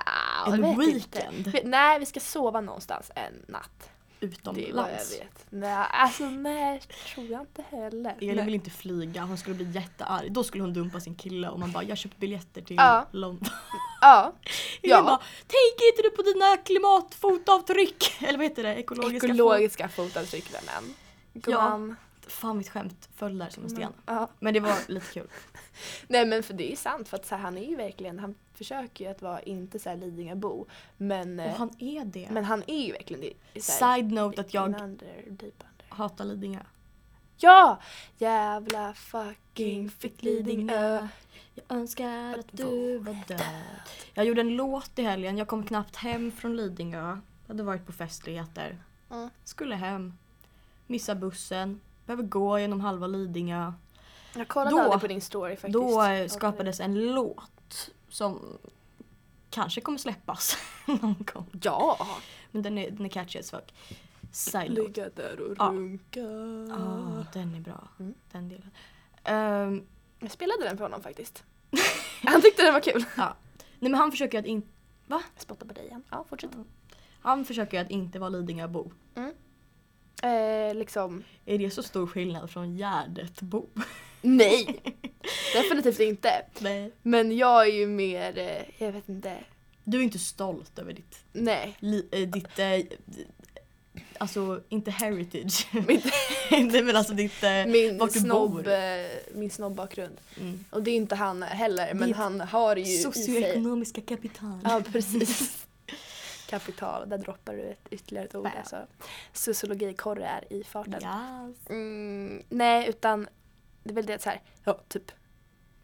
S1: jag
S2: En
S1: vet
S2: weekend.
S1: Inte. Nej, vi ska sova någonstans en natt. Det är vad jag
S2: Utomlands.
S1: vet. Nej, alltså nej, tror jag inte heller.
S2: Elin
S1: Men-
S2: vill inte flyga, hon skulle bli jättearg. Då skulle hon dumpa sin kille och man bara jag köpte biljetter till
S1: Ja.
S2: London.
S1: Ja,
S2: *laughs* Elin
S1: Ja.
S2: bara tänker inte du på dina klimatfotavtryck? *laughs* Eller vad heter det? Ekologiska fot-
S1: ekologiska fotavtryck vännen. Gumman.
S2: Fan mitt skämt föll där som en sten.
S1: Ja.
S2: Men det var lite
S1: *laughs*
S2: kul.
S1: Nej men för det är ju sant för att så här, han är ju verkligen, han försöker ju att vara inte så här Lidingöbo men, eh,
S2: Och han är det.
S1: men han är ju verkligen det. så här,
S2: Side note att jag
S1: in under, deep under.
S2: hatar Lidingö.
S1: Ja! Jävla fucking fick Lidingö.
S2: Jag önskar att du var död. Jag gjorde en låt i helgen, jag kom knappt hem från Lidingö. Jag hade varit på festligheter.
S1: Mm.
S2: Skulle hem. Missar bussen. Behöver gå genom halva Lidingö.
S1: Jag kollade
S2: Då-
S1: aldrig på din story faktiskt.
S2: Då eh,
S1: Okej.
S2: skapades en låt som kanske kommer släppas *laughs* någon gång.
S1: Ja!
S2: Men den är, den är catchy as fuck. Side note.
S1: Ligga där och
S2: Ja.
S1: runka.
S2: Ah, den är bra.
S1: Mm.
S2: Den delen. Ehm,
S1: Jag spelade den för honom faktiskt. *laughs* Han tyckte den var kul.
S2: nej men han försöker att inte
S1: Jag spottar på dig igen. Ja, fortsätt.
S2: han försöker att inte vara Lidingöbo.
S1: Eh, liksom.
S2: Är det så stor skillnad från Gärdetbo?
S1: Nej! *laughs* Definitivt inte.
S2: Nej.
S1: Men jag är ju mer, eh, jag vet inte.
S2: Du är inte stolt över ditt,
S1: Nej.
S2: li, eh, ditt eh, d- alltså inte heritage.
S1: Mitt-
S2: *laughs* Nej men alltså ditt, eh,
S1: Min,
S2: vart du
S1: snobb,
S2: bor.
S1: eh, min snobbbakgrund.
S2: mm,
S1: Och det är inte han heller men
S2: Ditt
S1: han har ju i sig.
S2: socioekonomiska kapital.
S1: *laughs* Ja precis. Kapital, där droppar du ett, ytterligare ett ord.
S2: Bam.
S1: Alltså. Sociologikorre är i farten.
S2: Yes.
S1: Mm, nej utan det är väl det så här, ja typ.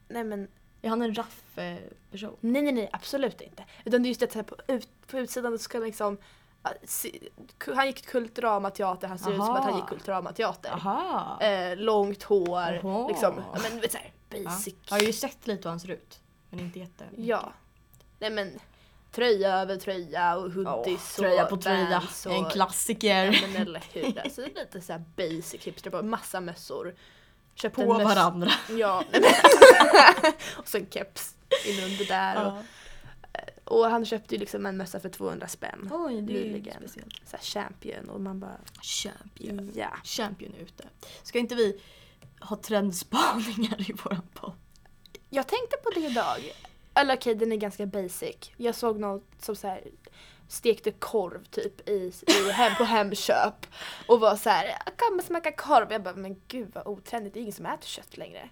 S1: Nej men
S2: Är han en raff eh, person?
S1: Nej, nej, nej, absolut inte. Utan det är just det att så här på, ut, på utsidan så ska liksom ja, se, ku- han gick kultdramateater, han ser ut som att han
S2: Aha.
S1: gick kultdramateater.
S2: Aha.
S1: Eh, långt hår,
S2: Aha.
S1: liksom. Ja, men vet, så här,
S2: Ja.
S1: basic.
S2: Jag har ju sett lite hur han ser ut. Men inte jätte.
S1: Ja. Nej men tröja över tröja och
S2: Ja,
S1: hoodies och
S2: tröja på tröja.
S1: bands och-
S2: En
S1: Ja,
S2: klassiker.
S1: men eller hur. Alltså det är lite så här basic hipster på massa mössor. Köpte
S2: *laughs* På
S1: möss-
S2: varandra.
S1: Ja. nej, men- *laughs* och så en keps inunder där. Och, Och han köpte ju liksom en mössa för 200 spänn.
S2: Oj, det är ju
S1: Nyligen.
S2: speciellt.
S1: Så här champion och man bara
S2: Champion.
S1: ja.
S2: Champion är ute. Ska inte vi ha trendspaningar i våran podd?
S1: Jag tänkte på det idag. Eller okej, den är ganska basic. Jag såg någon som så här stekte korv typ i, i hem, på Hemköp och var så här, jag kan bara smaka korv. Jag bara, men gud vad otrendigt, det är ingen som äter kött längre.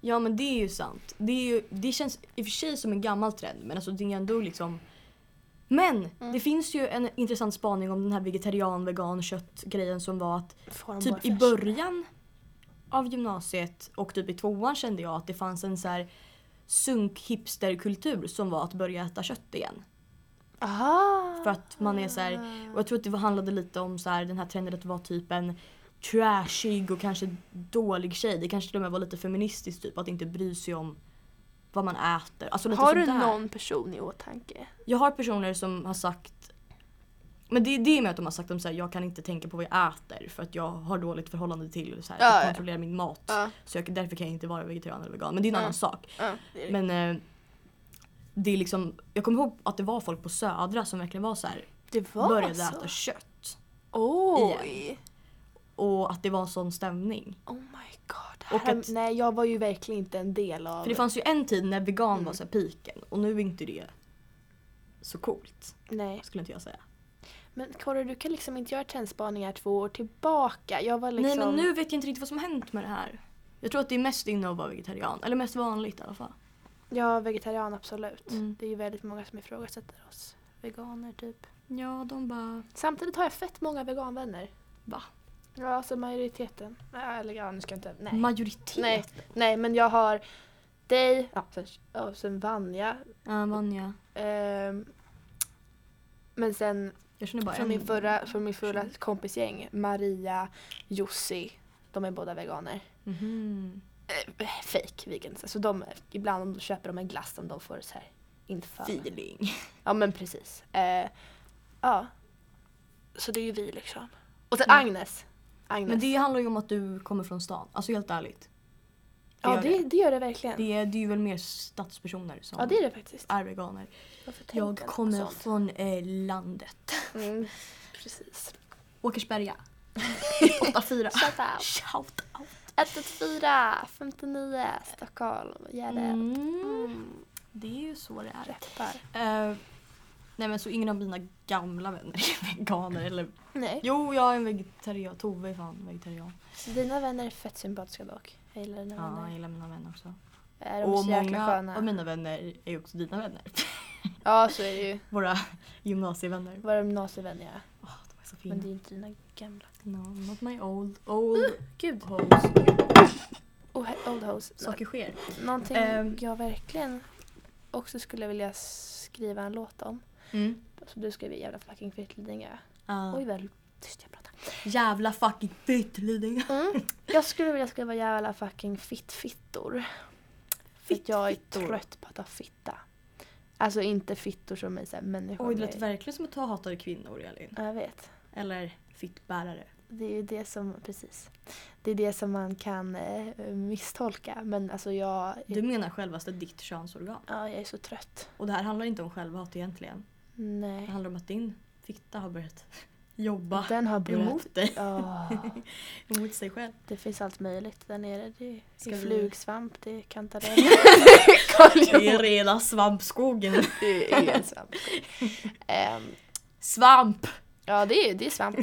S2: Ja men det är ju sant. Det, är ju, det känns i och för sig som en gammal trend men alltså det är ändå liksom men det finns ju en intressant spaning om den här vegetarian vegan köttgrejen som var att typ i början av gymnasiet och typ i tvåan kände jag att det fanns en så här sunk hipsterkultur som var att börja äta kött igen.
S1: Aha.
S2: För att man är så här,
S1: Ah.
S2: och jag tror att det handlade lite om så här, den här trenden att vara typ en trashig och kanske dålig tjej. Det kanske till och med var lite feministiskt typ att inte bry sig om vad man äter. Alltså, lite
S1: Har
S2: sånt
S1: du
S2: där.
S1: någon person i åtanke?
S2: Jag har personer som har sagt men det, det är med att de har sagt att jag kan inte tänka på vad jag äter för att jag har dåligt förhållande till så här,
S1: Ja,
S2: att
S1: ja.
S2: kontrollera min mat.
S1: Ja.
S2: Så jag, därför kan jag inte vara vegetarian eller vegan. Men det är en
S1: Ja.
S2: annan sak.
S1: Ja.
S2: Men eh, det är liksom, jag kommer ihåg att det var folk på Södra som verkligen var så här,
S1: Det var
S2: började
S1: så?
S2: äta kött.
S1: Oj!
S2: Och att det var en sån stämning.
S1: Oh my god.
S2: Och
S1: Här,
S2: att-
S1: Nej, jag var ju verkligen inte en del av...
S2: För det fanns ju en tid när vegan
S1: Mm.
S2: var så här piken och nu är inte det så coolt.
S1: Nej.
S2: Skulle inte jag säga.
S1: Men Kåre, du kan liksom inte göra trendspaningar två år tillbaka. Jag var liksom...
S2: Nej men nu vet jag inte riktigt vad som har hänt med det här. Jag tror att det är mest inne att vara vegetarian. Eller mest vanligt i alla fall.
S1: Ja, vegetarian absolut.
S2: Mm.
S1: Det är ju väldigt många som ifrågasätter oss veganer typ.
S2: Ja de bara...
S1: Samtidigt har jag fett många veganvänner.
S2: Va?
S1: Ja, alltså majoriteten. Nej, eller ja, nu ska jag inte... Nej.
S2: Mm. Majoritet?
S1: Nej, nej, men jag har dig, ja, sen, ja, sen Vanja.
S2: Ja, Vanja.
S1: ehm, men sen
S2: Jag känner bara
S1: Från
S2: en.
S1: min förra, från min förra kompisgäng, Maria, Jussi, de är båda veganer.
S2: Mhm.
S1: Eh, fake vegans. Alltså de, ibland om de köper de en glass om de får så här inte för mig.
S2: Feeling.
S1: Ja men precis. Eh, ja. Så det är ju vi liksom. Och sen
S2: Mm.
S1: Agnes. Agnes.
S2: Men det handlar ju om att du kommer från stan. Alltså helt ärligt.
S1: ja
S2: gör
S1: det, det gör det verkligen.
S2: Det är, det är ju väl mer stadspersoner som
S1: ja det är det faktiskt.
S2: är veganer.
S1: Varför tänker
S2: Jag
S1: inte på
S2: kommer
S1: sånt?
S2: från eh, landet.
S1: Mm, precis. *laughs*
S2: Åkersberga. 84.
S1: Shout out.
S2: Shout out.
S1: 114 59 Stockholm. Gärdet. Mm.
S2: Det är ju så det är.
S1: Räppar.
S2: Eh, nej men så ingen av mina gamla vänner är *laughs* veganer eller...
S1: Nej.
S2: Jo, jag är en vegetarian. Tove är fan vegetarian.
S1: Dina vänner är fett sympatiska dock. Jag gillar dina
S2: Ja,
S1: vänner.
S2: jag gillar mina vänner också.
S1: Är de
S2: Och
S1: så jäkla
S2: många
S1: sköna?
S2: av mina vänner är ju också dina vänner. *laughs*
S1: Ja så är det ju.
S2: Våra gymnasievänner.
S1: Våra gymnasievänner ja.
S2: Åh, de är så
S1: Men det
S2: fina.
S1: är inte dina gamla.
S2: No, not my old, old
S1: Gud.
S2: hoes.
S1: Oh, old hoes.
S2: Saker sker.
S1: Någonting
S2: Ehm.
S1: jag verkligen också skulle vilja skriva en låt om.
S2: Mm.
S1: Som du skrev i Jävla fucking Fittlidingö.
S2: Ah.
S1: Oj vad tyst jag pratar.
S2: jävla fucking fittlidingar.
S1: Mm. Jag skulle vilja skriva Jävla fucking fittfittor. För att jag är
S2: Fittfittor.
S1: trött på att ha fitta. Alltså inte fittor som är såhär människor.
S2: Oj, det lät
S1: med-
S2: verkligen som att ta hatade kvinnor, Elin.
S1: Ja, jag vet.
S2: Eller fittbärare.
S1: Det är ju det som, precis. Det är det som man kan eh, misstolka. Men alltså jag,
S2: Du menar självaste ditt könsorgan.
S1: ja, jag är så trött.
S2: Och det här handlar inte om självhat egentligen. Det
S1: Nej.
S2: handlar om att din fitta har börjat *laughs* jobba
S1: Den har börjat. *laughs*
S2: emot dig.
S1: Ja,
S2: Emot sig själv.
S1: det finns allt möjligt där nere. Det är
S2: Ska vi-
S1: flugsvamp, det är kantareller.
S2: Det är rena svampskogen.
S1: det är svamp. Ehm,
S2: Svamp!
S1: ja, det är, det är svamp.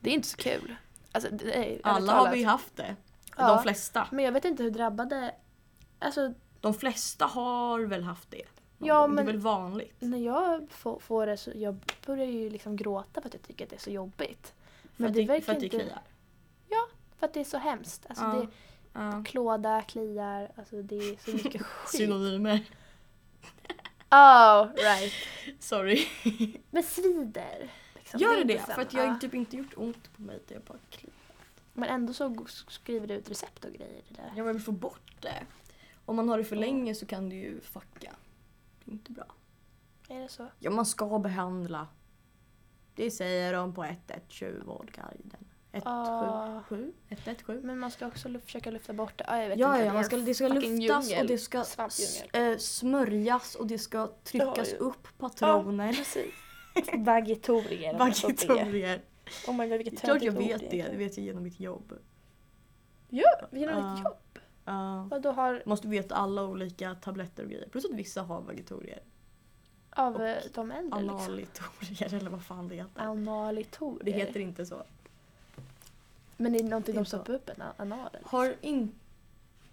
S1: Det är inte så kul. Alltså, det är, ärligt
S2: Alla har
S1: talat.
S2: vi ju haft det.
S1: Ja.
S2: De flesta.
S1: Men jag vet inte hur drabbade... Alltså,
S2: De flesta har väl haft det. någon
S1: Ja,
S2: gång. Det
S1: men-
S2: är väl vanligt.
S1: när jag får, får det så jag börjar ju liksom gråta för att jag tycker att det är så jobbigt.
S2: För att
S1: det
S2: det,
S1: verkar
S2: för att det
S1: inte-
S2: kliar.
S1: För att det är så hemskt. Alltså,
S2: Ja.
S1: det,
S2: Ja.
S1: klåda, kliar, alltså det är så mycket
S2: *laughs*
S1: skit.
S2: Synonymer. *laughs*
S1: oh, right.
S2: Sorry.
S1: Men svider. liksom.
S2: Gör det
S1: är
S2: det?
S1: inte
S2: För att
S1: samma.
S2: jag har typ inte gjort ont på mig. Det är bara kliar.
S1: Men ändå så g- skriver du ut recept och grejer i det där.
S2: Jag vill få bort det. Om man har det för länge så kan det ju fucka. Det är inte bra.
S1: Är det så?
S2: Ja, man ska behandla. Det säger de på 117 Vårdguiden. 177? 117?
S1: Ah. Men man ska också lu- försöka lufta bort det. Ah, jag vet
S2: Ja,
S1: inte,
S2: ja, man ska, det ska
S1: fucking
S2: luftas
S1: djungel.
S2: och det ska
S1: Svampdjungel.
S2: s- eh, smörjas och det Ah, ska
S1: Ja,
S2: tryckas
S1: ja.
S2: upp patroner.
S1: Precis. *laughs* Vagitorier.
S2: Vagitorier.
S1: Oh my god
S2: Det är
S1: vilket
S2: klart *laughs* jag
S1: töntigt
S2: vet
S1: ord
S2: det, det vet jag genom mitt jobb.
S1: Ja, genom ditt
S2: Ja.
S1: jobb.
S2: Ja.
S1: Vadå har
S2: Ah, Måste veta alla olika tabletter och grejer. Plus att vissa har vagitorier.
S1: av
S2: Och
S1: eh, de äldre liksom?
S2: Analitorier eller vad fan det heter.
S1: Analitorer?
S2: Det heter inte så.
S1: Men är det någonting
S2: det
S1: de
S2: så.
S1: stoppar upp en analen?
S2: Har inte...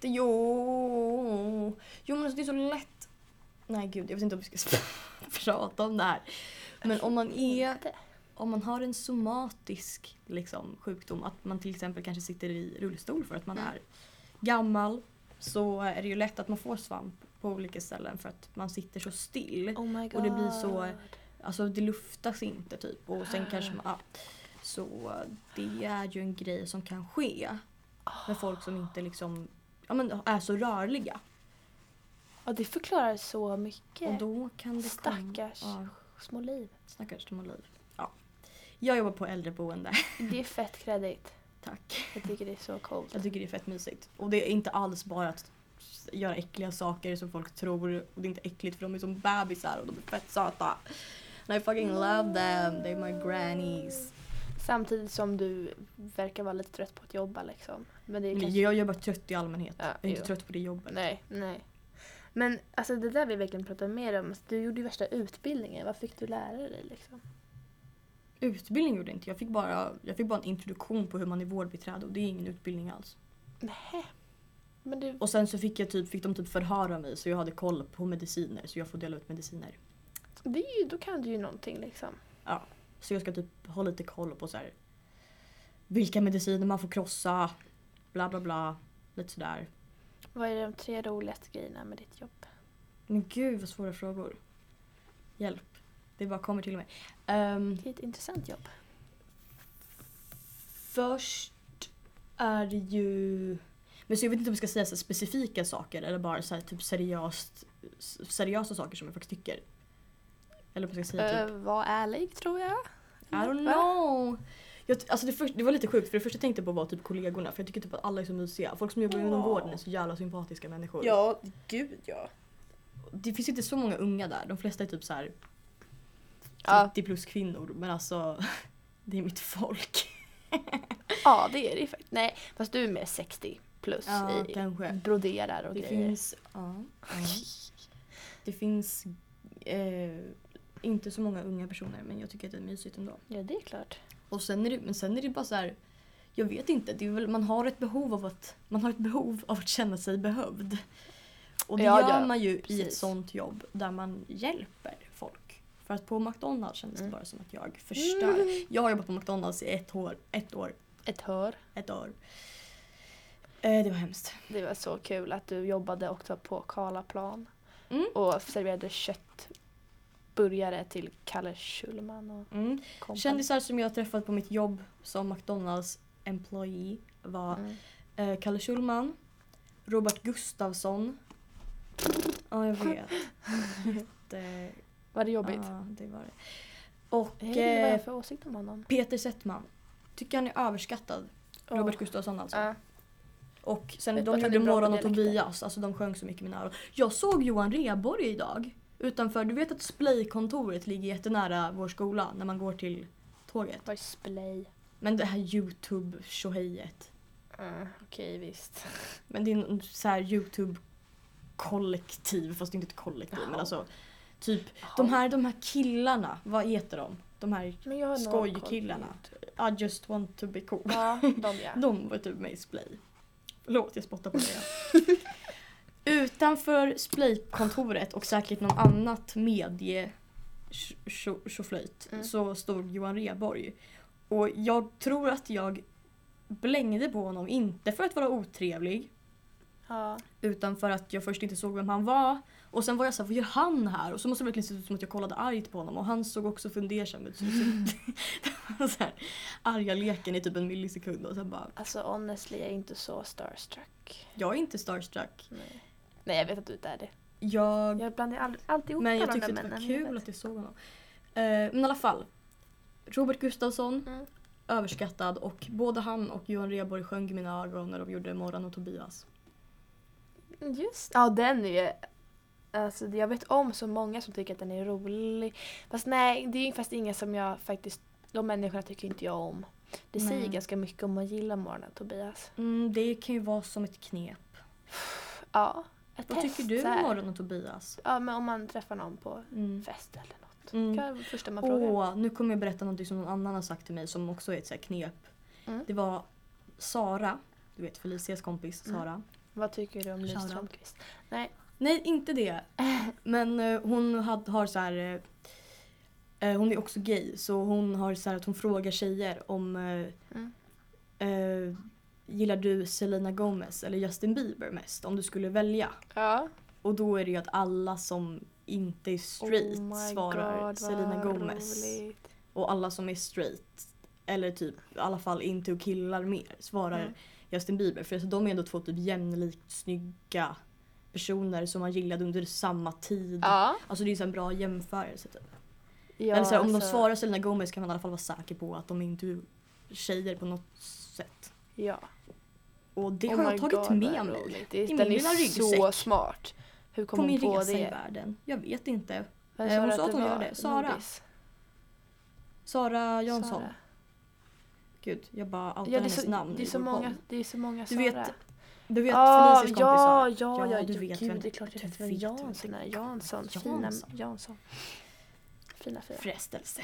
S2: Jo... Jo men alltså, det är så lätt... Nej gud, jag vet inte om vi ska *laughs* prata om det här. Men om man är...
S1: Inte.
S2: Om man har en somatisk liksom, sjukdom, att man till exempel kanske sitter i rullstol för att man
S3: Mm.
S2: är gammal, så är det ju lätt att man får svamp på olika ställen för att man sitter så still.
S1: Oh my god.
S2: Och det blir så- Alltså det luftas inte typ och
S1: Ah.
S2: sen kanske man... Ja. Så det är ju en grej som kan ske
S1: Ah.
S2: med folk som inte liksom ja, men är så rörliga.
S1: Ja det förklarar så mycket.
S2: Och då kan det
S1: Stackars.
S2: Komma, ja,
S1: Små liv.
S2: stackars de och liv. Ja. Jag jobbar på äldreboende. *laughs*
S1: Det är fett kredit.
S2: Tack.
S1: Jag tycker det är så coolt.
S2: Jag tycker det är fett mysigt. Och det är inte alls bara att göra äckliga saker som folk tror. Och det är inte äckligt för de är som bebisar och de är fett söta. And I fucking love them. They're my grannies.
S1: Samtidigt som du verkar vara lite trött på att jobba liksom. Men det är
S2: Men
S1: kanske...
S2: Jag är bara trött i allmänhet.
S1: Ja,
S2: jag är inte
S1: jo.
S2: trött på det jobbet.
S1: Nej, nej. Men alltså det där vill jag verkligen prata mer om. Du gjorde ju värsta utbildningen. Vad fick du lära dig liksom?
S2: Utbildning gjorde jag inte. Jag fick, bara, jag fick bara en introduktion på hur man är vårdbiträde och det är ingen utbildning alls.
S1: Nej. Men du...
S2: Och sen så fick, jag typ, fick de typ förhöra mig så jag hade koll på mediciner så jag får dela ut mediciner.
S1: Det är ju, då kan du ju någonting liksom.
S2: Så jag ska typ ha lite koll på så här, vilka mediciner man får krossa, bla bla bla. Lite sådär.
S1: Vad är de tre roligaste grejerna med ditt jobb?
S2: Men gud vad svåra frågor. Hjälp. Det bara kommer till mig. Ehm,
S1: Det är ett intressant jobb.
S2: Först är det ju... Men så jag vet inte om jag ska säga så här specifika saker eller bara så här typ seriöst, s- seriösa saker som jag faktiskt tycker. Eller om jag ska säga typ...
S1: Eh, var ärlig tror
S2: *laughs*
S1: jag.
S2: I don't
S1: va?
S2: know! Jag, ty- alltså det, först, det var lite sjukt för det första jag tänkte på var typ kollegorna för jag tycker typ att alla är så mysiga. Folk som jobbar inom
S3: Ja.
S2: vården är så jävla sympatiska människor.
S3: Ja, gud ja.
S2: Det finns inte så många unga där. De flesta är typ så här 30
S1: Ja.
S2: plus kvinnor men alltså *laughs* det är mitt folk.
S1: Ja det är det ju faktiskt. Nej fast du är mer 60 plus i
S2: kanske.
S1: broderar och
S2: Det
S1: grejer.
S2: finns, ja,
S1: *laughs*
S2: ja. det finns eh, inte så många unga personer men jag tycker att det är mysigt ändå.
S1: Ja det är klart.
S2: Och sen är det, men sen är det bara så här, jag vet inte, det är väl, man, har ett behov av att, man har ett behov av att känna sig behövd. Och det
S1: Ja,
S2: gör
S1: ja,
S2: man ju i ett
S1: precis.
S2: sånt jobb där man hjälper folk. För att på McDonalds kändes
S1: Mm.
S2: det bara som att jag förstör. Jag har jobbat på McDonalds i ett år, ett år,
S1: Ett hör.
S2: ett år. Eh, det var hemskt.
S1: Det var så kul att du jobbade också på Karlaplan
S2: Mm.
S1: och serverade köttburgare till Kalle Schulman och
S2: Mm.
S1: kompani.
S2: Kändisar som jag träffat på mitt jobb som McDonalds employee var
S1: Mm.
S2: eh, Kalle Schulman, Robert Gustafsson. Ja, jag
S1: *laughs*
S2: vet. Jätte...
S1: Var det jobbigt?
S2: Ja, det var det. Och
S1: Hej, vad är
S2: eh,
S1: jag för åsikt om honom?
S2: Peter Settman. Tycker han är överskattad. Robert Gustafsson alltså.
S1: Ja.
S2: Och
S1: Vet
S2: sen
S1: du att
S2: de
S1: han
S2: gjorde
S1: är bra på
S2: Morran och
S1: dialekter?
S2: Tobias, alltså de sjöng så mycket i mina öron. Jag såg Johan Rheborg idag. Utanför, du vet att Splay-kontoret ligger jättenära vår skola när man går till tåget.
S1: Vad är splay?
S2: Men det här Youtube-tjohejet.
S1: Mm, Okej visst.
S2: Men det är en så här Youtube-kollektiv, fast det är inte ett kollektiv.
S1: Jaha.
S2: Men alltså, typ de här, de här killarna, vad heter de? De här
S1: Men jag har noll koll på
S2: skojkillarna.
S1: det.
S2: I just want to be cool.
S1: Ja, *laughs* de
S2: *laughs*
S1: ja.
S2: De var typ med i Splay. Förlåt, jag spottar på dig. Utanför Splay-kontoret och säkert någon annat medie tjoflöjt
S1: Mm.
S2: så stod Johan Rheborg. Och jag tror att jag blängde på honom, inte för att vara otrevlig,
S1: ja.
S2: utan för att jag först inte såg vem han var. Och sen var jag så här, vad gör han här? Och så måste det verkligen se ut som att jag kollade argt på honom och han såg också fundersam ut. Så *laughs* det var så här, arga leken i typ en millisekund och sen bara,
S1: Alltså honestly, jag är inte så starstruck.
S2: jag är inte starstruck.
S1: Nej, Nej jag vet att du inte är det.
S2: Jag,
S1: Jag blandar all, alltid ihop
S2: Mm. men jag
S1: alla de
S2: tyckte
S1: där
S2: att det var
S1: männen i
S2: kul
S1: huvudet.
S2: att jag såg honom. Eh, men i alla fall. Robert Gustafsson,
S1: Mm.
S2: överskattad och både han och Johan Rheborg sjöng i mina öron när de gjorde Morran och Tobias.
S1: Just Ja, den är Alltså jag vet om så många som tycker att den är rolig. Fast nej, det är ju faktiskt inga som jag faktiskt... De människorna tycker inte jag om. Det säger
S2: Nej.
S1: ganska mycket om man gillar Morgon och Tobias.
S2: Mm, det kan ju vara som ett knep.
S4: Ja. Ett
S2: Vad
S4: test
S2: tycker du
S4: så här.
S2: om morgon och Tobias?
S4: Ja men om man träffar någon på
S2: Mm.
S4: fest eller något.
S2: Mm.
S4: Kan vara första man frågar.
S2: Åh, nu kommer jag berätta något som någon annan har sagt till mig som också är ett så här knep.
S4: Mm.
S2: Det var Sara, du vet Felicias kompis Sara.
S4: Vad tycker du om Liv
S2: Shoutout.
S4: Strömquist? Nej.
S2: Nej, inte det. *clears throat* Men eh, hon had, har så här... eh, eh, hon är också gay så hon har så här att hon frågar tjejer om eh,
S4: Mm.
S2: eh, Gillar du Selena Gomez eller Justin Bieber mest om du skulle välja?
S4: Ja.
S2: Och då är det ju att alla som inte är straight svarar
S4: Oh vad
S2: Selena Gomez.
S4: roligt.
S2: Och alla som är straight eller typ i alla fall inte och killar mer svarar
S4: Mm.
S2: Justin Bieber. För alltså, de är ändå två typ jämlikt snygga personer som man gillade under samma tid.
S4: Ja.
S2: Alltså det är ju så en bra jämförelse typ.
S4: ja
S2: Eller så här, om de
S4: alltså,
S2: svarar Selena Gomez kan man i alla fall vara säker på att de inte är tjejer på något sätt.
S4: Ja.
S2: Och det
S4: Oh
S2: har
S4: my
S2: jag tagit
S4: God,
S2: med
S4: vad
S2: mig
S4: roligt. Det,
S2: min
S4: den är
S2: lilla
S4: så
S2: ryggsäck.
S4: smart. Hur kom
S2: på min
S4: hon på
S2: resa i
S4: det?
S2: världen. Jag vet inte.
S4: Vem
S2: Eh, hon sa att
S4: det
S2: hon gör
S4: var?
S2: det.
S1: *laughs*
S2: Sara.
S4: Nordis.
S2: Sara Jansson.
S4: Sara.
S2: Gud, jag bara outar
S4: Ja, det, är
S2: hennes
S4: så,
S2: namn
S4: det, är
S2: i
S4: så
S2: vår
S4: många,
S2: podd.
S4: det är så många
S2: Du
S4: Sara.
S2: vet- Du vet
S4: Ah,
S2: Felicias kompis
S4: ja,
S2: Sara?
S4: ja, ja, du vet
S2: vem-
S4: Gud, det är klart jag
S2: du
S4: vet vem
S2: vet vem
S4: Jansson är.
S2: det är.
S4: Jansson, fina
S2: Jansson.
S4: Jansson. Fina fyra.
S2: Frestelse.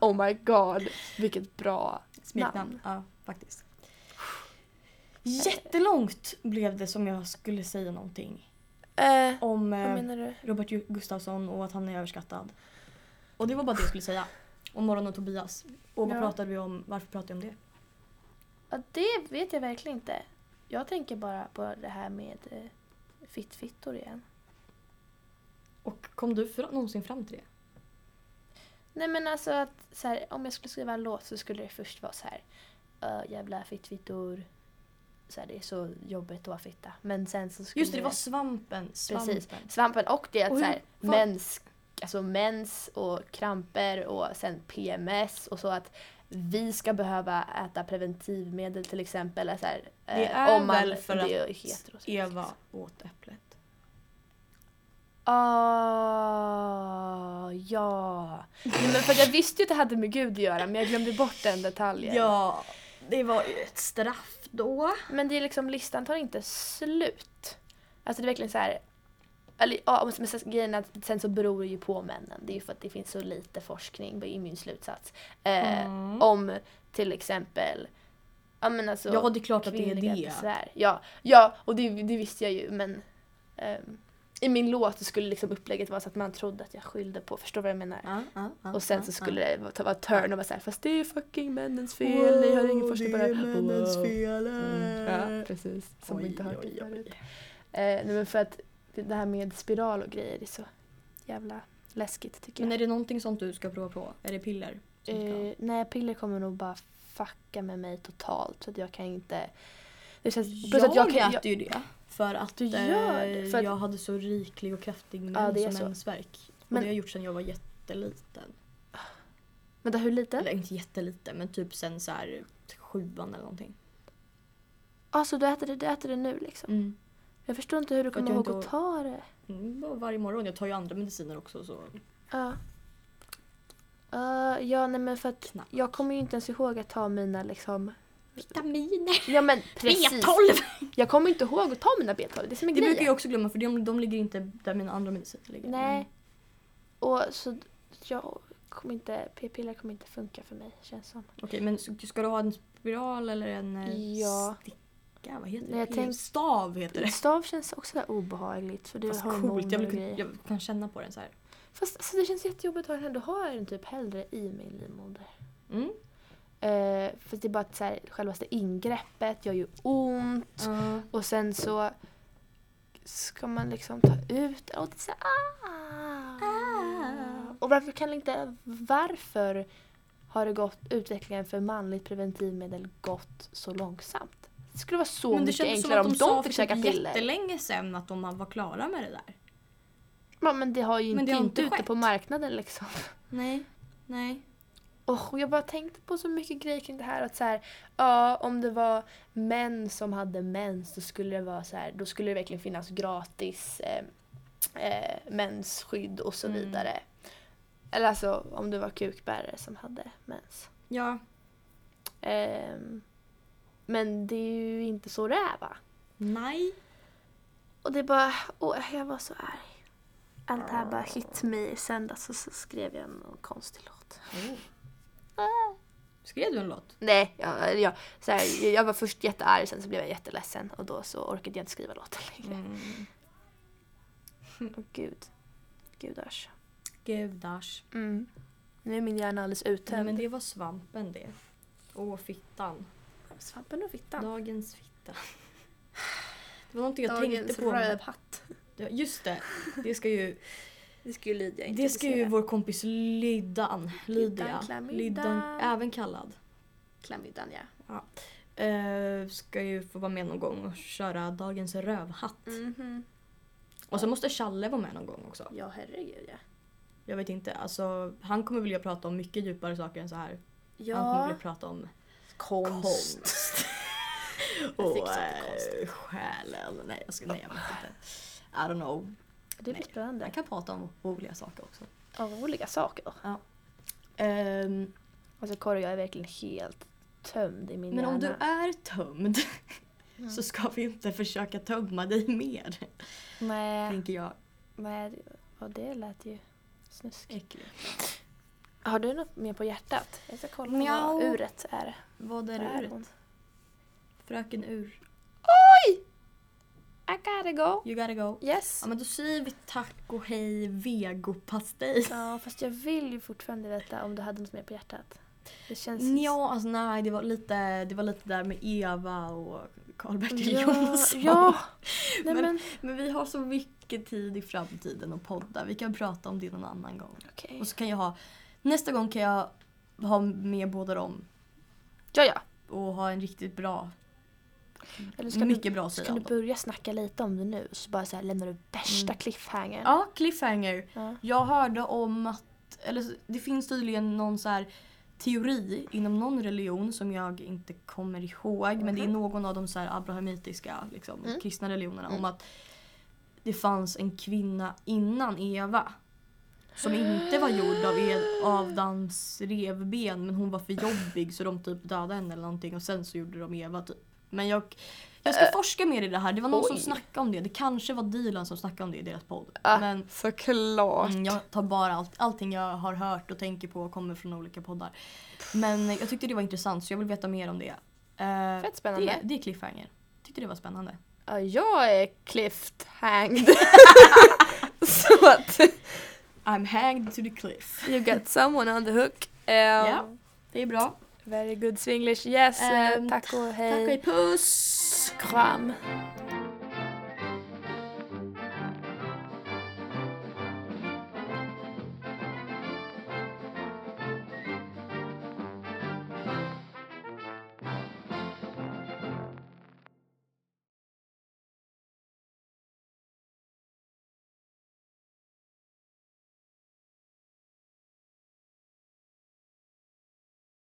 S4: Oh my god, vilket bra.
S2: Smeknamn. Ja,
S4: Namn.
S2: faktiskt. Jättelångt blev det som jag skulle säga någonting.
S4: Eh,
S2: Om...
S4: vad
S2: eh,
S4: menar du?
S2: Robert Ju- Gustafsson och att han är överskattad. Och det var bara det jag skulle säga. Om Morgon och Tobias. Och vad
S4: Ja.
S2: pratade vi om? Varför pratade jag om det?
S4: Ja, det vet jag verkligen inte. Jag tänker bara på det här med eh, fittfittor igen.
S2: Och kom du fra- någonsin fram till det?
S4: Nej men alltså att så här, om jag skulle skriva en låt så skulle det först vara så här "Ö, jävla fittfittor. Så här, det är så jobbigt att vara fitta. Men sen så skulle
S2: Just det, det var svampen. svampen.
S4: Precis. Svampen och det att
S2: Och
S4: så
S2: hur-
S4: här,
S2: vad-
S4: mens, alltså mens och kramper och sen PMS och så att vi ska behöva äta preventivmedel till exempel. Eller så här,
S2: Det
S4: eh,
S2: är väl för
S4: det
S2: att
S4: är heterosexuellt.
S2: Eva åt äpplet. *laughs*
S4: Ah, ja. Nej, men för att jag visste ju att det hade med Gud att göra men jag glömde bort den detaljen.
S2: Ja, det var ju ett straff då.
S4: Men det är liksom, listan tar inte slut. Alltså det är verkligen så här. Eller, ja, men sen, grejen är att sen så beror det ju på männen. Det är ju för att det finns så lite forskning, det är min slutsats. Eh,
S2: Mm.
S4: Om till exempel Ja men alltså
S2: Ja, det är klart att det är
S4: kvinnliga
S2: det.
S4: besvär. Ja, ja och det, det visste jag ju men ehm, I min låt så skulle liksom upplägget vara så att man trodde att jag skyllde på, förstår du vad jag menar?
S2: Ja, ja, ja,
S4: Och sen
S2: ja,
S4: så
S2: ja.
S4: skulle det vara- ta- vara turn och vara såhär fast det är fucking männens fel, ni har ingen forskning på det här." Wow.
S2: fel.
S4: Mm, ja, precis. Som
S2: Oj,
S4: vi inte har hört
S2: oj,
S4: det
S2: oj.
S4: förut. Eh, nej, men för att det det här med spiral och grejer är så jävla läskigt tycker
S2: Men
S4: jag.
S2: är det någonting sånt du ska prova på? Är det piller? som du ska ha?
S4: Eh, nej, piller kommer nog bara fucka med mig totalt så att jag kan inte... Det känns... plus
S2: jag,
S4: kan-
S2: äter ju det. För att,
S4: Du gör det,
S2: eh,
S4: för att-
S2: jag hade så riklig och kraftig mens
S4: Ja, det är
S2: och
S4: så.
S2: mensvärk. Och
S4: Men-
S2: det har jag gjort sedan jag var jätteliten.
S4: Vänta, hur liten?
S2: Eller inte jätteliten men typ sen så här sjuan eller någonting.
S4: Ah, så du äter det, du äter det nu liksom?
S2: Mm.
S4: Jag förstår inte hur du
S2: För att
S4: kommer
S2: jag
S4: ihåg
S2: inte
S4: att ta det.
S2: bara Varje morgon. Jag tar ju andra mediciner också så
S4: Ja. Eh, ja, nej men för att
S2: knappt.
S4: jag kommer ju inte ens ihåg att ta mina liksom...
S2: Vitaminer!
S4: Ja men precis!
S2: B12!
S4: Jag kommer inte ihåg att ta mina B12, det är som en
S2: Det
S4: grej.
S2: brukar jag också glömma för de, de ligger inte där mina andra mediciner ligger. Mm.
S4: Nej. Och så jag kommer inte, p-piller kommer inte funka för mig känns som.
S2: Men, okej men så- ska du ha en spiral eller en eh,
S4: Ja.
S2: sticka? Vad heter
S4: Nej, jag
S2: det?
S4: tänk-
S2: Stav heter det.
S4: Stav känns också där obehagligt för det är
S2: Fast coolt.
S4: hormoner
S2: Jag,
S4: och
S2: vill,
S4: grejer.
S2: kunna- jag kan känna på den så här.
S4: Fast alltså, det känns jättejobbigt att ha den här. Då har jag den typ hellre i min livmoder.
S2: Mm.
S4: Eh, för det är bara att så här, självaste ingreppet gör ju ont och sen så ska man liksom ta ut och det är så här, ah.
S2: Ah.
S4: Och varför kan inte, varför har det gått, utvecklingen för manligt preventivmedel gått så långsamt? Det skulle vara så
S2: men det
S4: mycket
S2: kändes som att
S4: enklare
S2: de,
S4: om de
S2: sa för
S4: fick
S2: typ
S4: käka piller.
S2: jättelänge sen att de var klara med det där.
S4: Ja, men det har ju
S2: Men
S4: inte,
S2: det har inte
S4: inte ute
S2: skett.
S4: på marknaden liksom. *laughs*
S2: Nej. Nej.
S4: Och jag bara tänkte på så mycket grejer kring det här. Att så här ja, om det var män som hade mens då skulle det vara så här, då skulle det verkligen finnas gratis eh, eh, mensskydd och så
S2: Mm.
S4: vidare. Eller alltså om det var kukbärare som hade mens.
S2: Ja.
S4: Ehm, men det är ju inte så det är va?
S2: Nej.
S4: Och det är bara, åh jag var så arg. Allt det här bara hit me i söndags och så skrev jag en konstig låt.
S2: Oh.
S4: Ah.
S2: Skrev du en låt?
S4: Nej, jag, jag, så här, jag var först jättearg sen så blev jag jätteledsen och då så orkade jag inte skriva låten längre.
S2: Mm.
S4: Åh gud. Gudars.
S2: Gudars.
S4: Mm. Nu är min hjärna alldeles
S2: Nej,
S4: uttömd.
S2: men det var svampen det. Åh, fittan.
S4: Svampen och fittan.
S2: Dagens fitta. Det var någonting jag
S4: Dagens
S2: tänkte på.
S4: rövhatt.
S2: Ja, Just det. Det ska
S4: *laughs*
S2: ju,
S4: Det skulle Lydia
S2: det ska ju vår kompis Lyddan. Lydia.
S4: Lyddan, klamydan.
S2: Lyddan, även kallad.
S4: Klamydan ja.
S2: eh, ska ju få vara med någon gång och köra dagens rövhatt.
S4: Mhm.
S2: Och så måste Challe vara med någon gång också.
S4: Ja herregud ja.
S2: Jag vet inte, alltså han kommer vilja prata om mycket djupare saker än så här. Han kommer
S4: Ja.
S2: vilja prata om
S4: Konst.
S2: *laughs* konst.
S4: Jag tycker
S2: och
S4: sånt är
S2: eh,
S4: konstigt.
S2: själen. Nej jag ska, nej jag vet inte. I don't know.
S4: Det blir
S2: Nej.
S4: spännande.
S2: Han kan prata om roliga saker också.
S4: Av olika saker.
S2: Ehm,
S4: Alltså Karo jag är verkligen helt tömd i min
S2: men om du
S4: hjärna.
S2: är tömd *laughs* så ska vi inte försöka tömma dig mer.
S4: Nej,
S2: Tänker jag.
S4: nej det- ja, det lät ju snuskigt.
S2: Äckligt.
S4: Har du något mer på hjärtat? Jag ska kolla
S2: Mjau.
S4: vad uret är.
S2: Vad är
S4: Där är
S2: det?
S4: hon.
S2: Fröken Ur.
S4: I gotta go.
S2: You gotta go.
S4: Yes.
S2: Ja men då säger vi tack och hej vegopastej.
S4: Ja, fast jag vill ju fortfarande veta om du hade något mer på hjärtat. Det känns...
S2: Ja, alltså nej det var lite, det var lite där med Eva och Karl-Bertil
S4: ja,
S2: Jonsson.
S4: ja. Nej
S2: Men-
S4: men...
S2: *laughs* Men vi har så mycket tid i framtiden att podda. Vi kan prata om det någon annan gång.
S4: Okej.
S2: Och så kan jag ha, nästa gång kan jag ha med båda dem
S4: Ja, ja.
S2: och ha en riktigt bra,
S4: Eller ska
S2: mycket
S4: du,
S2: bra att säga
S4: ska
S2: om
S4: du
S2: dem.
S4: börja snacka lite om det nu? Så bara så här, lämnar du värsta cliffhangern.
S2: Ja, cliffhanger.
S4: Ja.
S2: Jag hörde om att, eller så- det finns tydligen någon så här teori inom någon religion som jag inte kommer ihåg. Men det är någon av de så här abrahamitiska liksom,
S4: Mhm. Mm.
S2: kristna religionerna
S4: Mm.
S2: om att det fanns en kvinna innan Eva. Som inte var gjord av, Ed- av dans revben men hon var för jobbig så de typ dödade henne eller någonting och sen så gjorde de Eva typ. Men jag, jag ska forska mer i det här. Det var någon som
S4: Oj.
S2: snackade om det. Det kanske var Dilan som snackade om det i deras podd.
S4: Ah.
S2: Men
S4: Såklart.
S2: Mm, jag tar bara allt, allting jag har hört och tänker på kommer från olika poddar. Men jag tyckte det var intressant så jag vill veta mer om det. Eh,
S4: Fett spännande.
S2: det, det är cliffhanger. Tyckte det var spännande.
S4: Ja, jag är *laughs* cliffhanged. Så att
S2: I'm hanged to the cliff.
S4: you got someone on the hook. Um,
S2: Ja. Det är bra.
S4: Very good Swinglish. Yes, eh,
S2: Ehm,
S4: tack och
S2: Tack och
S4: hej.
S2: hej, puss!
S4: Kram.